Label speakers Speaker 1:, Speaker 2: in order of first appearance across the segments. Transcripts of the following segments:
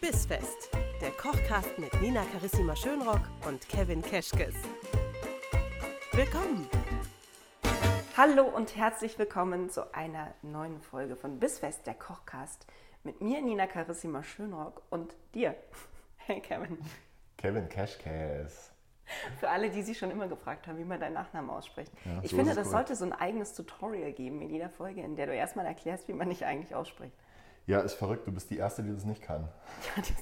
Speaker 1: Bissfest, der Kochcast mit Nina Carissima Schönrock und Kevin Keschkes. Willkommen!
Speaker 2: Hallo und herzlich willkommen zu einer neuen Folge von Bissfest, der Kochcast. Mit mir, Nina Carissima Schönrock und dir, hey Kevin.
Speaker 3: Kevin Cashcase.
Speaker 2: Für alle, die sich schon immer gefragt haben, wie man deinen Nachnamen ausspricht.
Speaker 3: Ja,
Speaker 2: ich
Speaker 3: so
Speaker 2: finde,
Speaker 3: ist es
Speaker 2: das
Speaker 3: cool.
Speaker 2: sollte so ein eigenes Tutorial geben in jeder Folge, in der du erstmal erklärst, wie man dich eigentlich ausspricht.
Speaker 3: Ja, ist verrückt, du bist die Erste, die das nicht kann.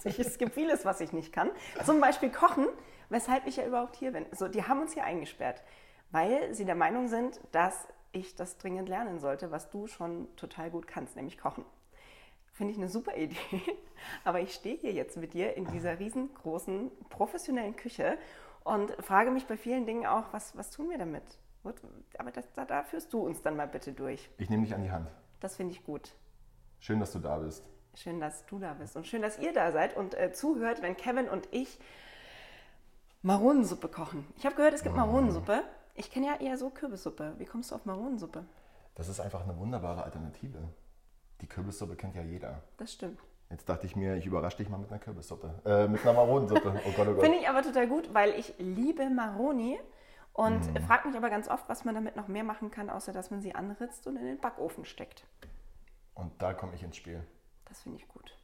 Speaker 2: Ich- Es gibt vieles, was ich nicht kann. Zum Beispiel kochen, weshalb ich ja überhaupt hier bin. So, die haben uns hier eingesperrt, weil sie der Meinung sind, dass ich das dringend lernen sollte, was du schon total gut kannst, nämlich kochen. Finde ich eine super Idee. Aber ich stehe hier jetzt mit dir in dieser riesengroßen professionellen Küche und frage mich bei vielen Dingen auch, was, was tun wir damit? Gut, aber das, da, da führst du uns dann mal bitte durch.
Speaker 3: Ich nehme dich an die Hand.
Speaker 2: Das finde ich gut.
Speaker 3: Schön, dass du da bist.
Speaker 2: Schön, dass du da bist und schön, dass ihr da seid und äh, zuhört, wenn Kevin und ich Maronensuppe kochen. Ich habe gehört, es gibt Maronensuppe. Ich kenne ja eher so Kürbissuppe. Wie kommst du auf Maronensuppe?
Speaker 3: Das ist einfach eine wunderbare Alternative. Die Kürbissuppe kennt ja jeder.
Speaker 2: Das stimmt.
Speaker 3: Jetzt dachte ich mir, ich überrasche dich mal mit einer Kürbissuppe. Äh, mit einer Maronensuppe. Oh Gott, oh Gott.
Speaker 2: Finde ich aber total gut, weil ich liebe Maroni und frage mich aber ganz oft, was man damit noch mehr machen kann, außer dass man sie anritzt und in den Backofen steckt.
Speaker 3: Und da komme ich ins Spiel.
Speaker 2: Das finde ich gut.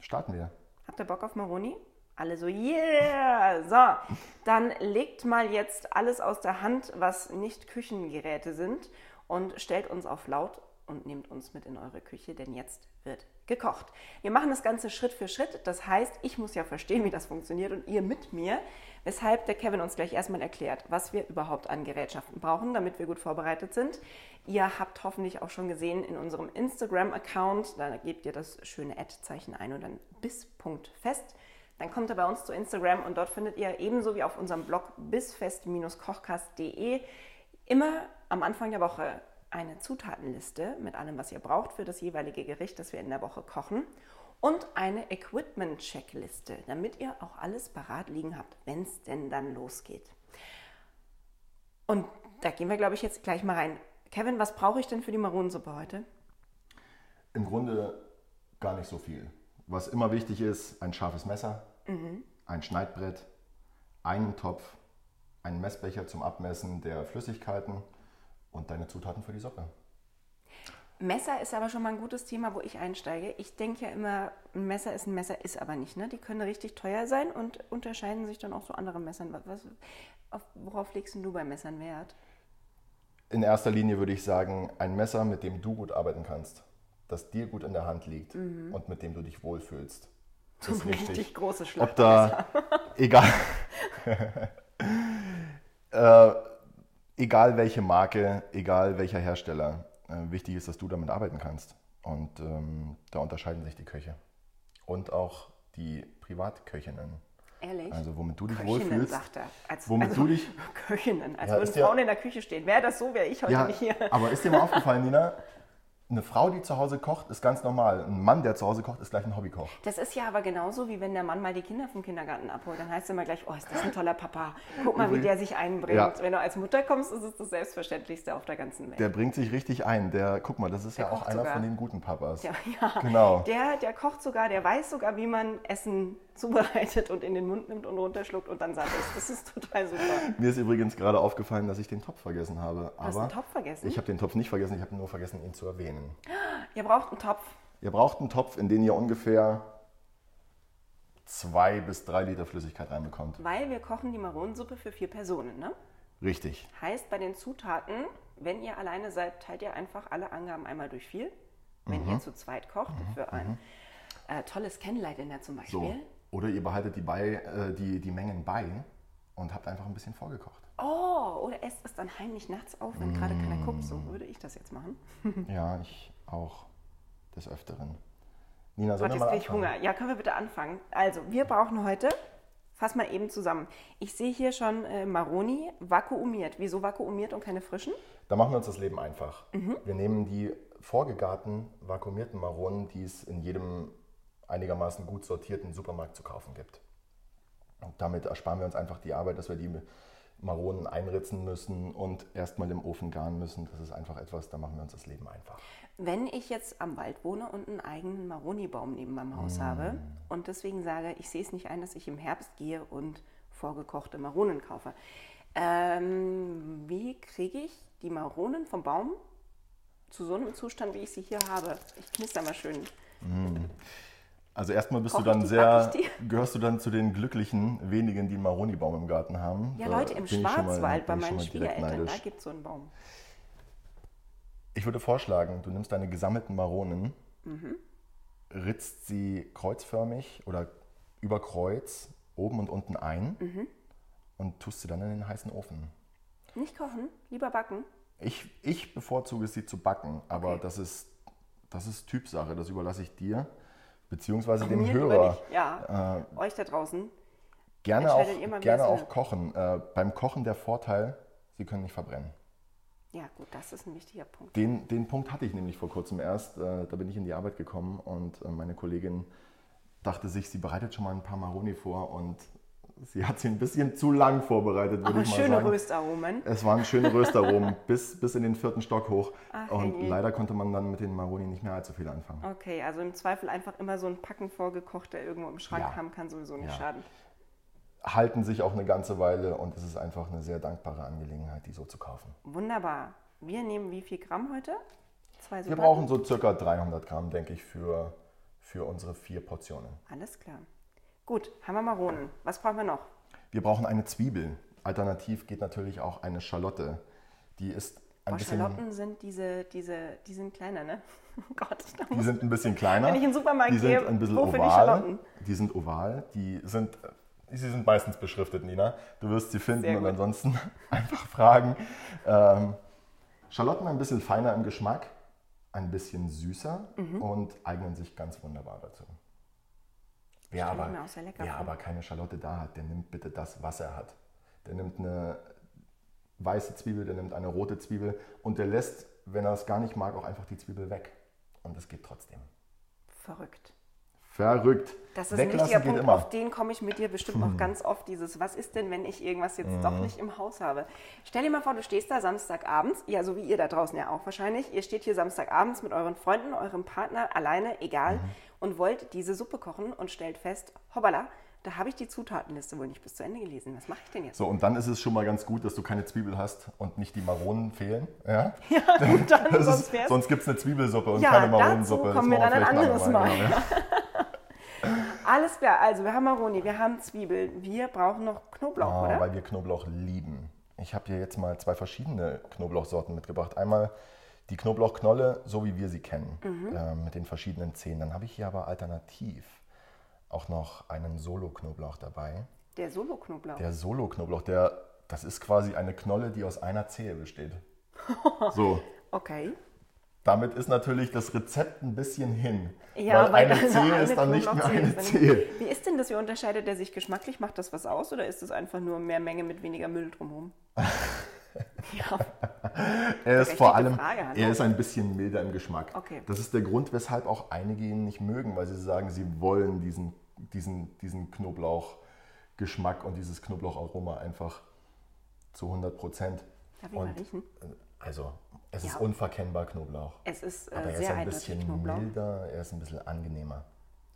Speaker 3: Starten wir.
Speaker 2: Habt ihr Bock auf Maroni? Alle so, yeah! So, dann legt mal jetzt alles aus der Hand, was nicht Küchengeräte sind und stellt uns auf laut und nehmt uns mit in eure Küche, denn jetzt wird gekocht. Wir machen das Ganze Schritt für Schritt. Das heißt, ich muss ja verstehen, wie das funktioniert und ihr mit mir, weshalb der Kevin uns gleich erstmal erklärt, was wir überhaupt an Gerätschaften brauchen, damit wir gut vorbereitet sind. Ihr habt hoffentlich auch schon gesehen in unserem Instagram-Account, da gebt ihr das schöne Ad-Zeichen ein und dann bis.fest. Dann kommt er bei uns zu Instagram und dort findet ihr ebenso wie auf unserem Blog bisfest-kochkast.de immer am Anfang der Woche eine Zutatenliste mit allem, was ihr braucht für das jeweilige Gericht, das wir in der Woche kochen und eine Equipment-Checkliste, damit ihr auch alles parat liegen habt, wenn es denn dann losgeht. Und da gehen wir, glaube ich, jetzt gleich mal rein. Kevin, was brauche ich denn für die Maronensuppe heute?
Speaker 3: Im Grunde gar nicht so viel. Was immer wichtig ist, ein scharfes Messer, ein Schneidbrett, einen Topf, einen Messbecher zum Abmessen der Flüssigkeiten und deine Zutaten für die Suppe.
Speaker 2: Messer ist aber schon mal ein gutes Thema, wo ich einsteige. Ich denke ja immer, ein Messer ist ein Messer, ist aber nicht. Ne? Die können richtig teuer sein und unterscheiden sich dann auch zu anderen Messern. Was- Was, auf, worauf legst denn du bei Messern Wert?
Speaker 3: In erster Linie würde ich sagen, ein Messer, mit dem du gut arbeiten kannst, das dir gut in der Hand liegt
Speaker 2: Mhm.
Speaker 3: und mit dem du dich wohlfühlst. Das ist
Speaker 2: Richtig
Speaker 3: wichtig.
Speaker 2: große
Speaker 3: Ob
Speaker 2: Schlacht.
Speaker 3: da, egal, äh, egal welche Marke, egal welcher Hersteller, äh, wichtig ist, dass du damit arbeiten kannst. Und ähm, da unterscheiden sich die Köche und auch die Privatköchinnen.
Speaker 2: Ehrlich?
Speaker 3: Also womit du dich
Speaker 2: Köchinnen,
Speaker 3: wohlfühlst.
Speaker 2: sagt er. Als, also,
Speaker 3: Womit du dich-
Speaker 2: Köchinnen, als
Speaker 3: Ja,
Speaker 2: würden
Speaker 3: ist ja-
Speaker 2: Frauen in der Küche stehen. Wäre das so, wäre ich heute
Speaker 3: Ja,
Speaker 2: nicht hier.
Speaker 3: aber ist dir mal aufgefallen, Nina? Eine Frau, die zu Hause kocht, ist ganz normal. Ein Mann, der zu Hause kocht, ist gleich ein Hobbykoch.
Speaker 2: Das ist ja aber genauso, wie wenn der Mann mal die Kinder vom Kindergarten abholt. Dann heißt es immer gleich, oh, ist das ein toller Papa. Guck mal, wie
Speaker 3: Übrigens-
Speaker 2: der sich einbringt.
Speaker 3: Ja.
Speaker 2: Wenn du als Mutter kommst, ist es das Selbstverständlichste auf der ganzen Welt.
Speaker 3: Der bringt sich richtig ein. Der, guck mal, das ist ja auch
Speaker 2: kocht
Speaker 3: einer
Speaker 2: sogar.
Speaker 3: von den guten Papas.
Speaker 2: Ja, ja.
Speaker 3: Genau.
Speaker 2: Der, der kocht sogar, der weiß sogar, wie man Essen zubereitet und in den Mund nimmt und runterschluckt und dann satt ist. Das ist total super.
Speaker 3: Mir ist übrigens gerade aufgefallen, dass ich den Topf vergessen habe.
Speaker 2: hast
Speaker 3: aber
Speaker 2: den Topf vergessen?
Speaker 3: Ich habe den Topf nicht vergessen, ich habe nur vergessen, ihn zu erwähnen.
Speaker 2: Ihr braucht einen Topf.
Speaker 3: Ihr braucht einen Topf, in den ihr ungefähr zwei bis drei Liter Flüssigkeit reinbekommt.
Speaker 2: Weil wir kochen die Maronensuppe für vier Personen, ne?
Speaker 3: Richtig.
Speaker 2: Heißt bei den Zutaten, wenn ihr alleine seid, teilt ihr einfach alle Angaben einmal durch vier. Wenn
Speaker 3: Mhm.
Speaker 2: ihr zu zweit kocht, für ein äh, tolles Candlelight Dinner zum Beispiel.
Speaker 3: So. Oder ihr behaltet die, bei, äh, die, die Mengen bei und habt einfach ein bisschen vorgekocht.
Speaker 2: Oh, oder esst es dann heimlich nachts auf,
Speaker 3: Mm.
Speaker 2: wenn gerade keiner guckt. So würde ich das jetzt machen.
Speaker 3: Ja, ich auch des Öfteren. Nina,
Speaker 2: Gott,
Speaker 3: sollen wir
Speaker 2: jetzt
Speaker 3: mal
Speaker 2: kriege ich
Speaker 3: anfangen?
Speaker 2: Hunger. Ja, können wir bitte anfangen? Also, wir brauchen heute, fass mal eben zusammen. Ich sehe hier schon äh, Maroni vakuumiert. Wieso vakuumiert und keine frischen?
Speaker 3: Da machen wir uns das Leben einfach.
Speaker 2: Mhm.
Speaker 3: Wir nehmen die vorgegarten, vakuumierten Maronen, die es in jedem einigermaßen gut sortierten Supermarkt zu kaufen gibt. Und damit ersparen wir uns einfach die Arbeit, dass wir die Maronen einritzen müssen und erstmal im Ofen garen müssen. Das ist einfach etwas, da machen wir uns das Leben einfach.
Speaker 2: Wenn ich jetzt am Wald wohne und einen eigenen Maroni-Baum neben meinem Haus
Speaker 3: Mm.
Speaker 2: habe und deswegen sage, ich sehe es nicht ein, dass ich im Herbst gehe und vorgekochte Maronen kaufe. Ähm, wie kriege ich die Maronen vom Baum zu so einem Zustand, wie ich sie hier habe? Ich knister mal schön.
Speaker 3: Also erstmal bist
Speaker 2: Koch ich
Speaker 3: du dann
Speaker 2: die,
Speaker 3: sehr,
Speaker 2: back ich die?
Speaker 3: gehörst du dann zu den glücklichen wenigen, die einen Maroni-Baum im Garten haben.
Speaker 2: Ja,
Speaker 3: Da
Speaker 2: Leute, im
Speaker 3: bin ich schon mal-
Speaker 2: Schwarzwald bei
Speaker 3: bin ich schon
Speaker 2: meinen
Speaker 3: mal direkt
Speaker 2: Schwiegereltern, da
Speaker 3: neidisch.
Speaker 2: gibt es so einen Baum.
Speaker 3: Ich würde vorschlagen, du nimmst deine gesammelten Maronen,
Speaker 2: Mhm.
Speaker 3: ritzt sie kreuzförmig oder über Kreuz oben und unten ein
Speaker 2: Mhm.
Speaker 3: und tust sie dann in den heißen Ofen.
Speaker 2: Nicht kochen, lieber backen.
Speaker 3: Ich, ich bevorzuge es, sie zu backen, aber
Speaker 2: Okay.
Speaker 3: das, ist, das ist Typsache. Das überlasse ich dir, beziehungsweise dem
Speaker 2: Mir lieber
Speaker 3: Hörer. äh,
Speaker 2: nicht. Ja, euch da draußen.
Speaker 3: Gerne
Speaker 2: Entscheidet ihr mal,
Speaker 3: auch,
Speaker 2: wie
Speaker 3: gerne
Speaker 2: das
Speaker 3: auch
Speaker 2: wird.
Speaker 3: kochen. Äh, beim Kochen der Vorteil, sie können nicht verbrennen.
Speaker 2: Ja, gut, das ist ein wichtiger Punkt.
Speaker 3: Den, den Punkt hatte ich nämlich vor kurzem erst. Äh, da bin ich in die Arbeit gekommen und äh, meine Kollegin dachte sich, sie bereitet schon mal ein paar Maroni vor und sie hat sie ein bisschen zu lang vorbereitet, würde
Speaker 2: Aber
Speaker 3: ich mal
Speaker 2: Ah, schöne
Speaker 3: sagen.
Speaker 2: Röstaromen.
Speaker 3: Es waren schöne Röstaromen bis, bis in den vierten Stock hoch.
Speaker 2: Ach,
Speaker 3: und
Speaker 2: herrje.
Speaker 3: leider konnte man dann mit den Maroni nicht mehr allzu viel anfangen.
Speaker 2: Okay, also im Zweifel einfach immer so ein Packen vorgekocht, der irgendwo im Schrank
Speaker 3: Ja.
Speaker 2: haben kann, sowieso nicht
Speaker 3: Ja.
Speaker 2: schaden.
Speaker 3: Halten sich auch eine ganze Weile und es ist einfach eine sehr dankbare Angelegenheit, die so zu kaufen.
Speaker 2: Wunderbar. Wir nehmen wie viel Gramm heute? Zwei so
Speaker 3: Wir
Speaker 2: Packen?
Speaker 3: brauchen so circa 300 Gramm, denke ich, für, für unsere vier Portionen.
Speaker 2: Alles klar. Gut, haben wir Maronen. Was brauchen wir noch?
Speaker 3: Wir brauchen eine Zwiebel. Alternativ geht natürlich auch eine Schalotte. Die ist ein
Speaker 2: Oh,
Speaker 3: bisschen,
Speaker 2: Schalotten sind diese, diese, die sind kleiner, ne? Oh Gott, da
Speaker 3: die
Speaker 2: muss
Speaker 3: sind ein bisschen kleiner.
Speaker 2: Wenn ich in den Supermarkt
Speaker 3: die sind
Speaker 2: gehe,
Speaker 3: ein bisschen
Speaker 2: wo finde ich
Speaker 3: oval.
Speaker 2: Schalotten?
Speaker 3: Die sind oval. Die sind, sie sind meistens beschriftet, Nina. Du wirst sie finden
Speaker 2: Sehr
Speaker 3: und
Speaker 2: gut.
Speaker 3: ansonsten einfach fragen. Ähm, Schalotten ein bisschen feiner im Geschmack, ein bisschen süßer
Speaker 2: Mhm.
Speaker 3: und eignen sich ganz wunderbar dazu. Wer
Speaker 2: Stell ich
Speaker 3: aber,
Speaker 2: mir auch sehr lecker
Speaker 3: wer
Speaker 2: vor.
Speaker 3: aber keine Schalotte da hat, der nimmt bitte das, was er hat. Der nimmt eine weiße Zwiebel, der nimmt eine rote Zwiebel und der lässt, wenn er es gar nicht mag, auch einfach die Zwiebel weg. Und es geht trotzdem.
Speaker 2: verrückt.
Speaker 3: Verrückt.
Speaker 2: Das ist ein
Speaker 3: Weglassen
Speaker 2: wichtiger
Speaker 3: geht
Speaker 2: Punkt,
Speaker 3: immer. Hm.
Speaker 2: auf den komme ich mit dir bestimmt noch ganz oft, dieses, was ist denn, wenn ich irgendwas jetzt doch nicht im Haus habe? Stell dir mal vor, du stehst da Samstagabends, ja, so wie ihr da draußen ja auch wahrscheinlich, ihr steht hier Samstagabends mit euren Freunden, eurem Partner, alleine, egal,
Speaker 3: Mhm.
Speaker 2: und wollt diese Suppe kochen und stellt fest, hoppala, da habe ich die Zutatenliste wohl nicht bis zu Ende gelesen. Was mache ich denn jetzt?
Speaker 3: So, und dann ist es schon mal ganz gut, dass du keine Zwiebel hast und nicht die Maronen fehlen. Ja?
Speaker 2: Und dann,
Speaker 3: Das
Speaker 2: sonst
Speaker 3: ist,
Speaker 2: wär's-
Speaker 3: sonst gibt es eine Zwiebelsuppe und
Speaker 2: Ja,
Speaker 3: keine
Speaker 2: dazu
Speaker 3: Maronensuppe. Das
Speaker 2: kommen wir
Speaker 3: machen
Speaker 2: dann ein
Speaker 3: vielleicht
Speaker 2: anderes
Speaker 3: andermal,
Speaker 2: Mal.
Speaker 3: genau, ja.
Speaker 2: Alles klar, also wir haben Maroni, wir haben Zwiebeln, wir brauchen noch Knoblauch,
Speaker 3: Ah,
Speaker 2: oder?
Speaker 3: weil wir Knoblauch lieben. Ich habe hier jetzt mal zwei verschiedene Knoblauchsorten mitgebracht. Einmal die Knoblauchknolle, so wie wir sie kennen, äh, mit den verschiedenen Zehen. Dann habe ich hier aber alternativ auch noch einen Solo-Knoblauch dabei.
Speaker 2: Der Solo-Knoblauch.
Speaker 3: Der Solo-Knoblauch, der, das ist quasi eine Knolle, die aus einer Zehe besteht. So,
Speaker 2: Okay.
Speaker 3: damit ist natürlich das Rezept ein bisschen hin.
Speaker 2: Ja,
Speaker 3: weil, eine
Speaker 2: also
Speaker 3: Zehe ist dann nicht mehr
Speaker 2: Knoblauchzehe
Speaker 3: eine
Speaker 2: ist dann-
Speaker 3: Zehe.
Speaker 2: Wie ist denn das? Wie unterscheidet der sich geschmacklich? Macht das was aus oder ist es einfach nur mehr Menge mit weniger Müll drumherum? ja,
Speaker 3: Er ist
Speaker 2: Berechtigte
Speaker 3: vor allem,
Speaker 2: Frage, hallo.
Speaker 3: er ist ein bisschen milder im Geschmack.
Speaker 2: Okay.
Speaker 3: Das ist der Grund, weshalb auch einige ihn nicht mögen, weil sie sagen, sie wollen diesen, diesen, diesen Knoblauchgeschmack und dieses Knoblaucharoma einfach zu 100 Prozent.
Speaker 2: Darf ich mal riechen?
Speaker 3: Also, es ist
Speaker 2: Ja.
Speaker 3: unverkennbar Knoblauch.
Speaker 2: es ist
Speaker 3: Aber
Speaker 2: äh,
Speaker 3: er ist
Speaker 2: sehr
Speaker 3: ein
Speaker 2: eindeutig
Speaker 3: bisschen
Speaker 2: Knoblauch.
Speaker 3: milder, er ist ein bisschen angenehmer.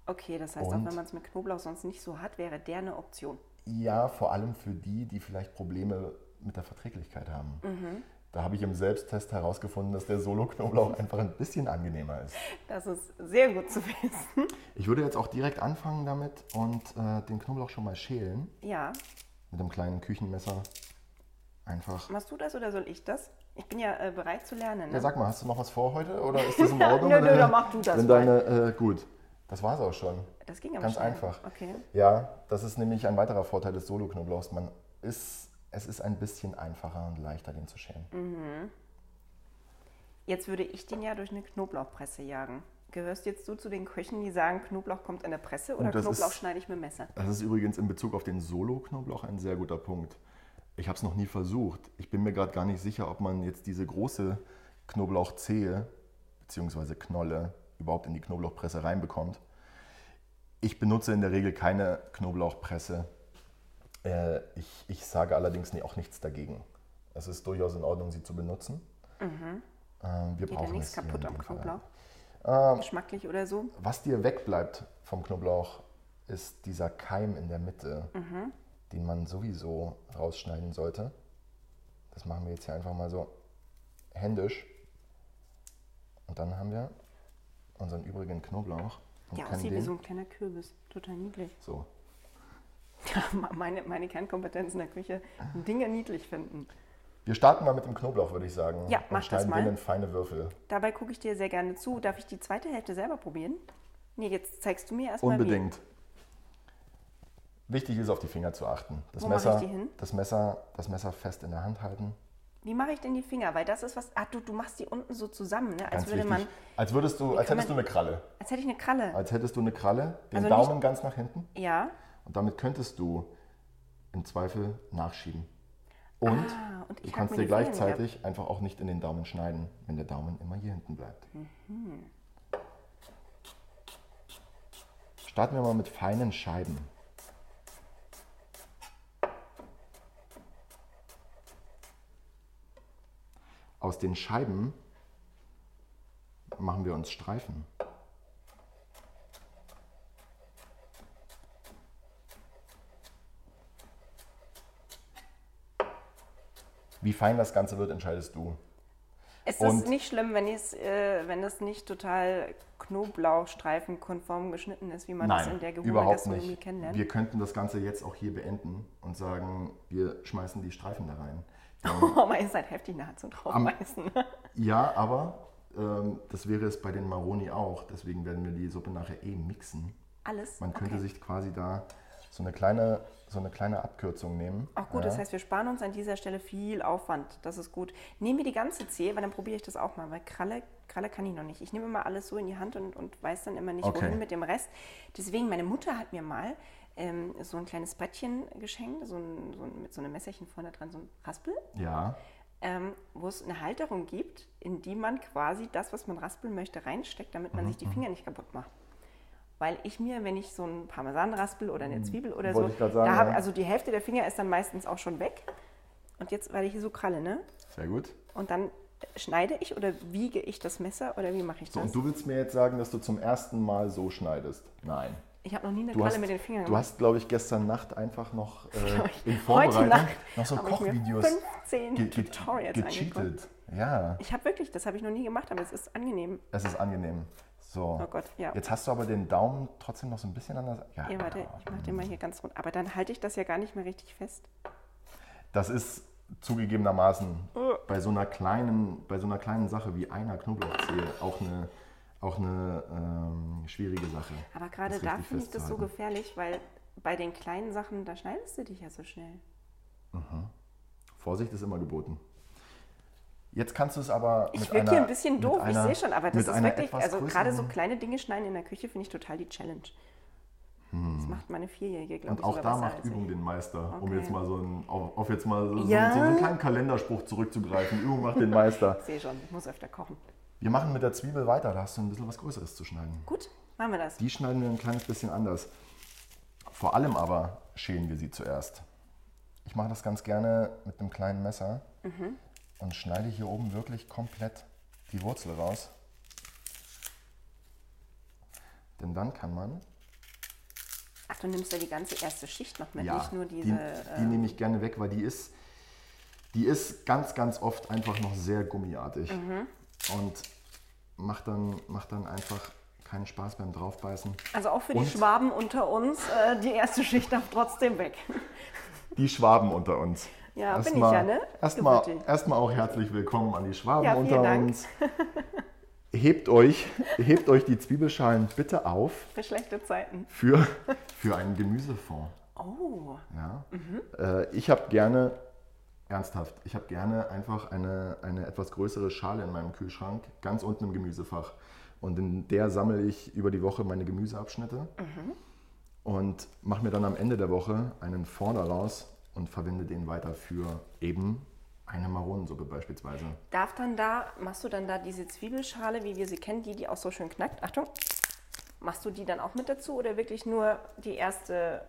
Speaker 2: Okay, das heißt,
Speaker 3: Und-
Speaker 2: auch wenn man es mit Knoblauch sonst nicht so hat, wäre der eine Option.
Speaker 3: Ja, vor allem für die, die vielleicht Probleme mit der Verträglichkeit haben.
Speaker 2: Mhm.
Speaker 3: Da habe ich im Selbsttest herausgefunden, dass der Solo-Knoblauch einfach ein bisschen angenehmer ist.
Speaker 2: Das ist sehr gut zu wissen.
Speaker 3: Ich würde jetzt auch direkt anfangen damit und äh, den Knoblauch schon mal schälen.
Speaker 2: Ja,
Speaker 3: Mit einem kleinen Küchenmesser. Einfach.
Speaker 2: machst du das oder soll ich das? Ich bin ja äh, bereit zu lernen.
Speaker 3: Ja,
Speaker 2: Ne?
Speaker 3: sag mal, hast du noch was vor heute oder ist das in Ordnung?
Speaker 2: Nö, nö, dann
Speaker 3: Wenn deine-
Speaker 2: mach du das
Speaker 3: Wenn
Speaker 2: mal.
Speaker 3: deine, äh, gut, das war's auch schon.
Speaker 2: Das ging aber
Speaker 3: Ganz
Speaker 2: schnell.
Speaker 3: einfach.
Speaker 2: Okay.
Speaker 3: Ja, das ist nämlich ein weiterer Vorteil des Solo-Knoblauchs. Man ist, es ist ein bisschen einfacher und leichter, den zu schälen.
Speaker 2: Jetzt würde ich den ja durch eine Knoblauchpresse jagen. Gehörst jetzt du zu den Köchen, die sagen, Knoblauch kommt an der Presse oder
Speaker 3: Und das
Speaker 2: Knoblauch
Speaker 3: ist-
Speaker 2: schneide ich mit dem Messer?
Speaker 3: Das ist übrigens in Bezug auf den Solo-Knoblauch ein sehr guter Punkt. Ich habe es noch nie versucht. Ich bin mir gerade gar nicht sicher, ob man jetzt diese große Knoblauchzehe bzw. Knolle überhaupt in die Knoblauchpresse reinbekommt. Ich benutze in der Regel keine Knoblauchpresse. Äh, ich, ich sage allerdings ni- auch nichts dagegen. Es ist durchaus in Ordnung, sie zu benutzen. Ähm, wir
Speaker 2: Mhm. Geht ja
Speaker 3: brauchen
Speaker 2: nichts
Speaker 3: es hier
Speaker 2: kaputt
Speaker 3: in
Speaker 2: am
Speaker 3: dem Fall. Ähm,
Speaker 2: Knoblauch. Geschmacklich oder so.
Speaker 3: Was dir wegbleibt vom Knoblauch, ist dieser Keim in der Mitte,
Speaker 2: Mhm.
Speaker 3: den man sowieso rausschneiden sollte. Das machen wir jetzt hier einfach mal so händisch. Und dann haben wir unseren übrigen Knoblauch. Und
Speaker 2: Der
Speaker 3: können
Speaker 2: aussieht wie
Speaker 3: den-
Speaker 2: so ein kleiner Kürbis. Total niedlich.
Speaker 3: so.
Speaker 2: meine, meine Kernkompetenz in der Küche, Dinge niedlich finden.
Speaker 3: Wir starten mal mit dem Knoblauch, würde ich sagen.
Speaker 2: Ja,
Speaker 3: und
Speaker 2: mach das
Speaker 3: schneiden
Speaker 2: mal.
Speaker 3: den in feine Würfel.
Speaker 2: Dabei gucke ich dir sehr gerne zu. Darf ich die zweite Hälfte selber probieren? Nee, jetzt zeigst du mir erstmal
Speaker 3: Unbedingt. Wichtig ist, auf die Finger zu achten. Das,
Speaker 2: Wo mache ich
Speaker 3: Messer,
Speaker 2: die hin?
Speaker 3: das, Messer, das Messer fest in der Hand halten.
Speaker 2: wie. Wie mache ich denn die Finger? Weil das ist was. Ah, du, du machst die unten so zusammen, ne? Als
Speaker 3: Ganz
Speaker 2: würde
Speaker 3: wichtig. Also
Speaker 2: man.
Speaker 3: als würdest du, als
Speaker 2: kann
Speaker 3: hättest du
Speaker 2: man-
Speaker 3: eine Kralle.
Speaker 2: Als hätte ich eine Kralle.
Speaker 3: Als hättest du eine Kralle, den
Speaker 2: Also nicht-
Speaker 3: Daumen ganz nach hinten.
Speaker 2: Ja.
Speaker 3: Und damit könntest du im Zweifel nachschieben. Und
Speaker 2: Ah, und
Speaker 3: du
Speaker 2: ich hack
Speaker 3: kannst
Speaker 2: mir
Speaker 3: dir
Speaker 2: die Finger nicht ab.
Speaker 3: gleichzeitig einfach auch nicht in den Daumen schneiden, wenn der Daumen immer hier hinten bleibt. Starten wir mal mit feinen Scheiben. Aus den Scheiben machen wir uns Streifen. Wie fein das Ganze wird, entscheidest du.
Speaker 2: Es ist
Speaker 3: Und-
Speaker 2: nicht schlimm, wenn, ich's, äh, wenn es nicht total knoblauchstreifenkonform geschnitten ist, wie man das in der
Speaker 3: überhaupt
Speaker 2: Gehobegastronomie
Speaker 3: nicht.
Speaker 2: kennenlernt.
Speaker 3: Wir könnten das Ganze jetzt auch hier beenden und sagen, wir schmeißen die Streifen da rein.
Speaker 2: Oh, man ist halt heftig nahezu draufbeißen.
Speaker 3: Ja, aber ähm, das wäre es bei den Maroni auch. Deswegen werden wir die Suppe nachher eh mixen.
Speaker 2: Alles?
Speaker 3: Man könnte
Speaker 2: okay.
Speaker 3: sich quasi da so eine kleine, so eine kleine Abkürzung nehmen.
Speaker 2: Auch gut,
Speaker 3: ja.
Speaker 2: das heißt, wir sparen uns an dieser Stelle viel Aufwand. Das ist gut. Nehmen wir die ganze Zehe, weil dann probiere ich das auch mal, weil Kralle, Kralle kann ich noch nicht. Ich nehme immer alles so in die Hand und, und weiß dann immer nicht,
Speaker 3: Okay.
Speaker 2: wohin mit dem Rest. Deswegen, meine Mutter hat mir mal ähm, so ein kleines Brettchen geschenkt, so ein, so ein, mit so einem Messerchen vorne dran, so ein Raspel,
Speaker 3: Ja,
Speaker 2: ähm, wo es eine Halterung gibt, in die man quasi das, was man raspeln möchte, reinsteckt, damit
Speaker 3: Mhm,
Speaker 2: man sich die Finger nicht kaputt macht. Weil ich mir, wenn ich so ein Parmesan raspel oder eine Zwiebel oder
Speaker 3: Mhm, Wollte
Speaker 2: so,
Speaker 3: ich grad sagen,
Speaker 2: da habe
Speaker 3: ja.
Speaker 2: also die Hälfte der Finger ist dann meistens auch schon weg. Und jetzt, weil ich hier so kralle, ne?
Speaker 3: sehr gut.
Speaker 2: Und dann schneide ich oder wiege ich das Messer oder wie mache ich
Speaker 3: So,
Speaker 2: das?
Speaker 3: und du willst mir jetzt sagen, dass du zum ersten Mal so schneidest? Nein.
Speaker 2: ich habe noch nie eine
Speaker 3: Du
Speaker 2: Kralle
Speaker 3: hast,
Speaker 2: mit den Fingern
Speaker 3: du hast, glaube ich, gestern Nacht einfach noch äh, in
Speaker 2: Heute
Speaker 3: Vorbereitung
Speaker 2: Nacht
Speaker 3: noch so
Speaker 2: habe ich mir
Speaker 3: Kochvideos
Speaker 2: 15
Speaker 3: ge- ge-
Speaker 2: Tutorials angeguckt.
Speaker 3: gecheatet. Ja.
Speaker 2: Ich habe wirklich, das habe ich noch nie gemacht, aber es ist angenehm.
Speaker 3: Es ist angenehm. So.
Speaker 2: Oh Gott, ja.
Speaker 3: Jetzt hast du aber den Daumen trotzdem noch so ein bisschen anders. Ja,
Speaker 2: Hier, warte, ich mache den mal hier ganz rund. Aber dann halte ich das ja gar nicht mehr richtig fest.
Speaker 3: Das ist zugegebenermaßen
Speaker 2: Oh.
Speaker 3: bei so einer kleinen, bei so einer kleinen Sache wie einer Knoblauchzehe auch eine, auch eine ähm, schwierige Sache.
Speaker 2: Aber gerade
Speaker 3: das
Speaker 2: da
Speaker 3: richtig
Speaker 2: finde ich das so
Speaker 3: festzuhalten.
Speaker 2: gefährlich, weil bei den kleinen Sachen, da schneidest du dich ja so schnell.
Speaker 3: Vorsicht ist immer geboten. Jetzt kannst du es aber.
Speaker 2: Ich
Speaker 3: mit
Speaker 2: wirke
Speaker 3: einer-
Speaker 2: hier ein bisschen
Speaker 3: mit
Speaker 2: doof, ich
Speaker 3: einer-
Speaker 2: sehe schon, aber das
Speaker 3: mit
Speaker 2: ist
Speaker 3: einer
Speaker 2: wirklich,
Speaker 3: etwas
Speaker 2: also gerade so
Speaker 3: größeren-
Speaker 2: kleine Dinge schneiden in der Küche finde ich total die Challenge. Das macht meine Vierjährige, glaube
Speaker 3: Hm. Und
Speaker 2: ich,
Speaker 3: auch
Speaker 2: sogar
Speaker 3: da
Speaker 2: besser
Speaker 3: macht
Speaker 2: als ich.
Speaker 3: Übung den Meister, um
Speaker 2: Okay.
Speaker 3: jetzt mal so einen, auf, auf jetzt mal so, so-
Speaker 2: Ja.
Speaker 3: so einen kleinen Kalenderspruch zurückzugreifen. Übung macht den Meister.
Speaker 2: Ich sehe schon, ich muss öfter kochen.
Speaker 3: Wir machen mit der Zwiebel weiter, da hast du ein bisschen was Größeres zu schneiden.
Speaker 2: Gut, machen wir das.
Speaker 3: Die schneiden wir ein kleines bisschen anders. Vor allem aber schälen wir sie zuerst. Ich mache das ganz gerne mit einem kleinen Messer und schneide hier oben wirklich komplett die Wurzel raus. Denn dann kann man
Speaker 2: Ach, du nimmst ja die ganze erste Schicht noch mit, nicht nur diese...
Speaker 3: die,
Speaker 2: äh,
Speaker 3: die nehme ich gerne weg, weil die ist, die ist ganz, ganz oft einfach noch sehr gummiartig
Speaker 2: Mhm.
Speaker 3: und macht dann, macht dann einfach keinen Spaß beim Draufbeißen.
Speaker 2: also auch für
Speaker 3: Und-
Speaker 2: die Schwaben unter uns, äh, die erste Schicht darf trotzdem weg.
Speaker 3: Die Schwaben unter uns.
Speaker 2: Ja, bin ich
Speaker 3: Erstmal-
Speaker 2: ja, ne?
Speaker 3: Erstmal
Speaker 2: Gebürtig.
Speaker 3: erstmal auch herzlich willkommen an die Schwaben
Speaker 2: Ja, vielen
Speaker 3: unter
Speaker 2: Dank.
Speaker 3: uns. Hebt euch, hebt euch die Zwiebelschalen bitte auf
Speaker 2: Für schlechte Zeiten.
Speaker 3: für, für einen Gemüsefond.
Speaker 2: Oh,
Speaker 3: Ja? Äh, ich habe gerne, ernsthaft, ich habe gerne einfach eine, eine etwas größere Schale in meinem Kühlschrank, ganz unten im Gemüsefach. Und in der sammle ich über die Woche meine Gemüseabschnitte
Speaker 2: Mhm.
Speaker 3: und mache mir dann am Ende der Woche einen Fond daraus und verwende den weiter für eben eine Maronensuppe beispielsweise.
Speaker 2: Darf dann da, machst du dann da diese Zwiebelschale, wie wir sie kennen, die, die auch so schön knackt? Achtung. Machst du die dann auch mit dazu oder wirklich nur die erste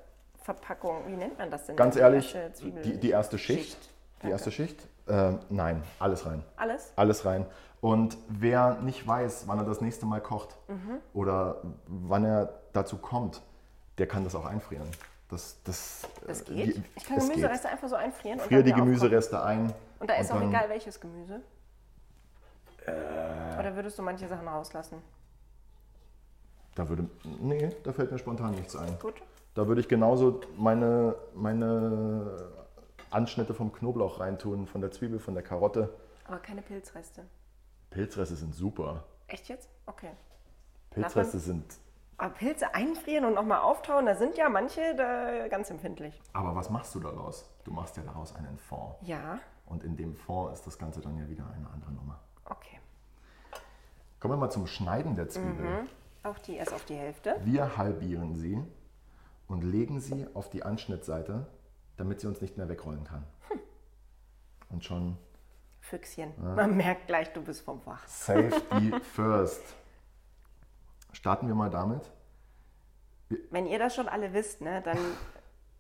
Speaker 2: Verpackung, wie nennt man das denn?
Speaker 3: Ganz
Speaker 2: Die
Speaker 3: ehrlich,
Speaker 2: erste äh, Zwiebel-
Speaker 3: die, die erste Schicht.
Speaker 2: Schicht.
Speaker 3: Die erste Schicht? Ähm, nein, alles rein.
Speaker 2: Alles?
Speaker 3: Alles rein. Und wer nicht weiß, wann er das nächste Mal kocht oder wann er dazu kommt, der kann das auch einfrieren. Das, das,
Speaker 2: Das
Speaker 3: äh,
Speaker 2: geht?
Speaker 3: je-
Speaker 2: Ich kann
Speaker 3: es geht.
Speaker 2: Gemüsereste einfach so einfrieren. und
Speaker 3: Frier
Speaker 2: dann
Speaker 3: die
Speaker 2: wieder aufkochen.
Speaker 3: Gemüsereste ein.
Speaker 2: Und da ist auch
Speaker 3: dann-
Speaker 2: egal, welches Gemüse.
Speaker 3: Äh.
Speaker 2: Oder würdest du manche Sachen rauslassen?
Speaker 3: Da würde. Nee, da fällt mir spontan nichts ein.
Speaker 2: Gut.
Speaker 3: Da würde ich genauso meine, meine Anschnitte vom Knoblauch reintun, von der Zwiebel, von der Karotte.
Speaker 2: Aber keine Pilzreste.
Speaker 3: Pilzreste sind super.
Speaker 2: Echt jetzt? Okay.
Speaker 3: Pilzreste sind.
Speaker 2: Aber Pilze einfrieren und nochmal auftauen, da sind ja manche da ganz empfindlich.
Speaker 3: Aber was machst du daraus? Du machst ja daraus einen Fond.
Speaker 2: Ja,
Speaker 3: Und in dem Fond ist das Ganze dann ja wieder eine andere Nummer.
Speaker 2: okay.
Speaker 3: Kommen wir mal zum Schneiden der Zwiebel.
Speaker 2: Auch die erst auf die Hälfte.
Speaker 3: Wir halbieren sie und legen sie auf die Anschnittseite, damit sie uns nicht mehr wegrollen kann.
Speaker 2: Hm.
Speaker 3: Und schon
Speaker 2: Füchschen. Man merkt gleich, du bist vom Fach.
Speaker 3: Safety first. Starten wir mal damit.
Speaker 2: Wenn ihr das schon alle wisst, ne, dann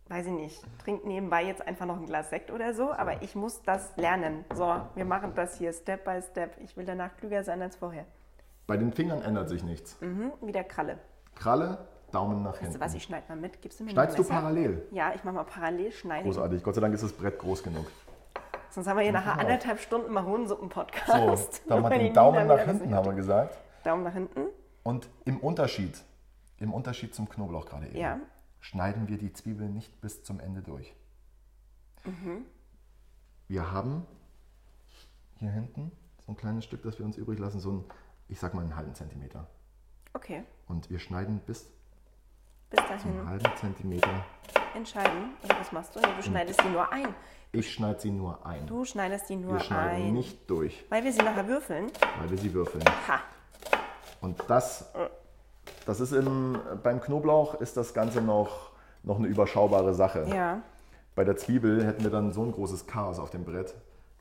Speaker 2: weiß ich nicht. Trinkt nebenbei jetzt einfach noch ein Glas Sekt oder so, aber ich muss das lernen. So, wir machen das hier Step by Step. Ich will danach klüger sein als vorher.
Speaker 3: Bei den Fingern ändert sich nichts.
Speaker 2: Mhm, wieder Kralle.
Speaker 3: Kralle, Daumen nach
Speaker 2: Weißt du
Speaker 3: hinten.
Speaker 2: was, ich schneide mal mit. Gibst du mir
Speaker 3: Schneidest
Speaker 2: noch
Speaker 3: du
Speaker 2: ein Messer?
Speaker 3: parallel?
Speaker 2: Ja, ich mache mal parallel schneiden.
Speaker 3: Großartig. Gott sei Dank ist das Brett groß genug.
Speaker 2: Sonst haben wir hier nachher
Speaker 3: Genau.
Speaker 2: anderthalb Stunden
Speaker 3: So,
Speaker 2: Mahonensuppen-Podcast.
Speaker 3: dann mal
Speaker 2: Weil die
Speaker 3: den Daumen
Speaker 2: Nina
Speaker 3: nach
Speaker 2: wieder das
Speaker 3: hinten,
Speaker 2: nicht-
Speaker 3: haben wir gesagt.
Speaker 2: Daumen nach hinten.
Speaker 3: Und im Unterschied, im Unterschied zum Knoblauch gerade eben,
Speaker 2: Ja.
Speaker 3: schneiden wir die Zwiebel nicht bis zum Ende durch.
Speaker 2: Mhm.
Speaker 3: Wir haben hier hinten so ein kleines Stück, das wir uns übrig lassen, so ein, ich sag mal einen halben Zentimeter.
Speaker 2: Okay,
Speaker 3: Und wir schneiden bis
Speaker 2: bis
Speaker 3: zum
Speaker 2: dahin
Speaker 3: halben Zentimeter.
Speaker 2: entscheiden. Oder was machst du?
Speaker 3: Hm.
Speaker 2: Nee, du schneidest die nur ein.
Speaker 3: Ich schneide sie nur ein.
Speaker 2: Du schneidest die nur
Speaker 3: wir schneiden
Speaker 2: ein.
Speaker 3: nicht durch,
Speaker 2: Weil wir sie nachher würfeln.
Speaker 3: weil wir sie würfeln.
Speaker 2: Ha,
Speaker 3: Und das, das ist im, beim Knoblauch ist das Ganze noch, noch eine überschaubare Sache.
Speaker 2: ja.
Speaker 3: Bei der Zwiebel hätten wir dann so ein großes Chaos auf dem Brett,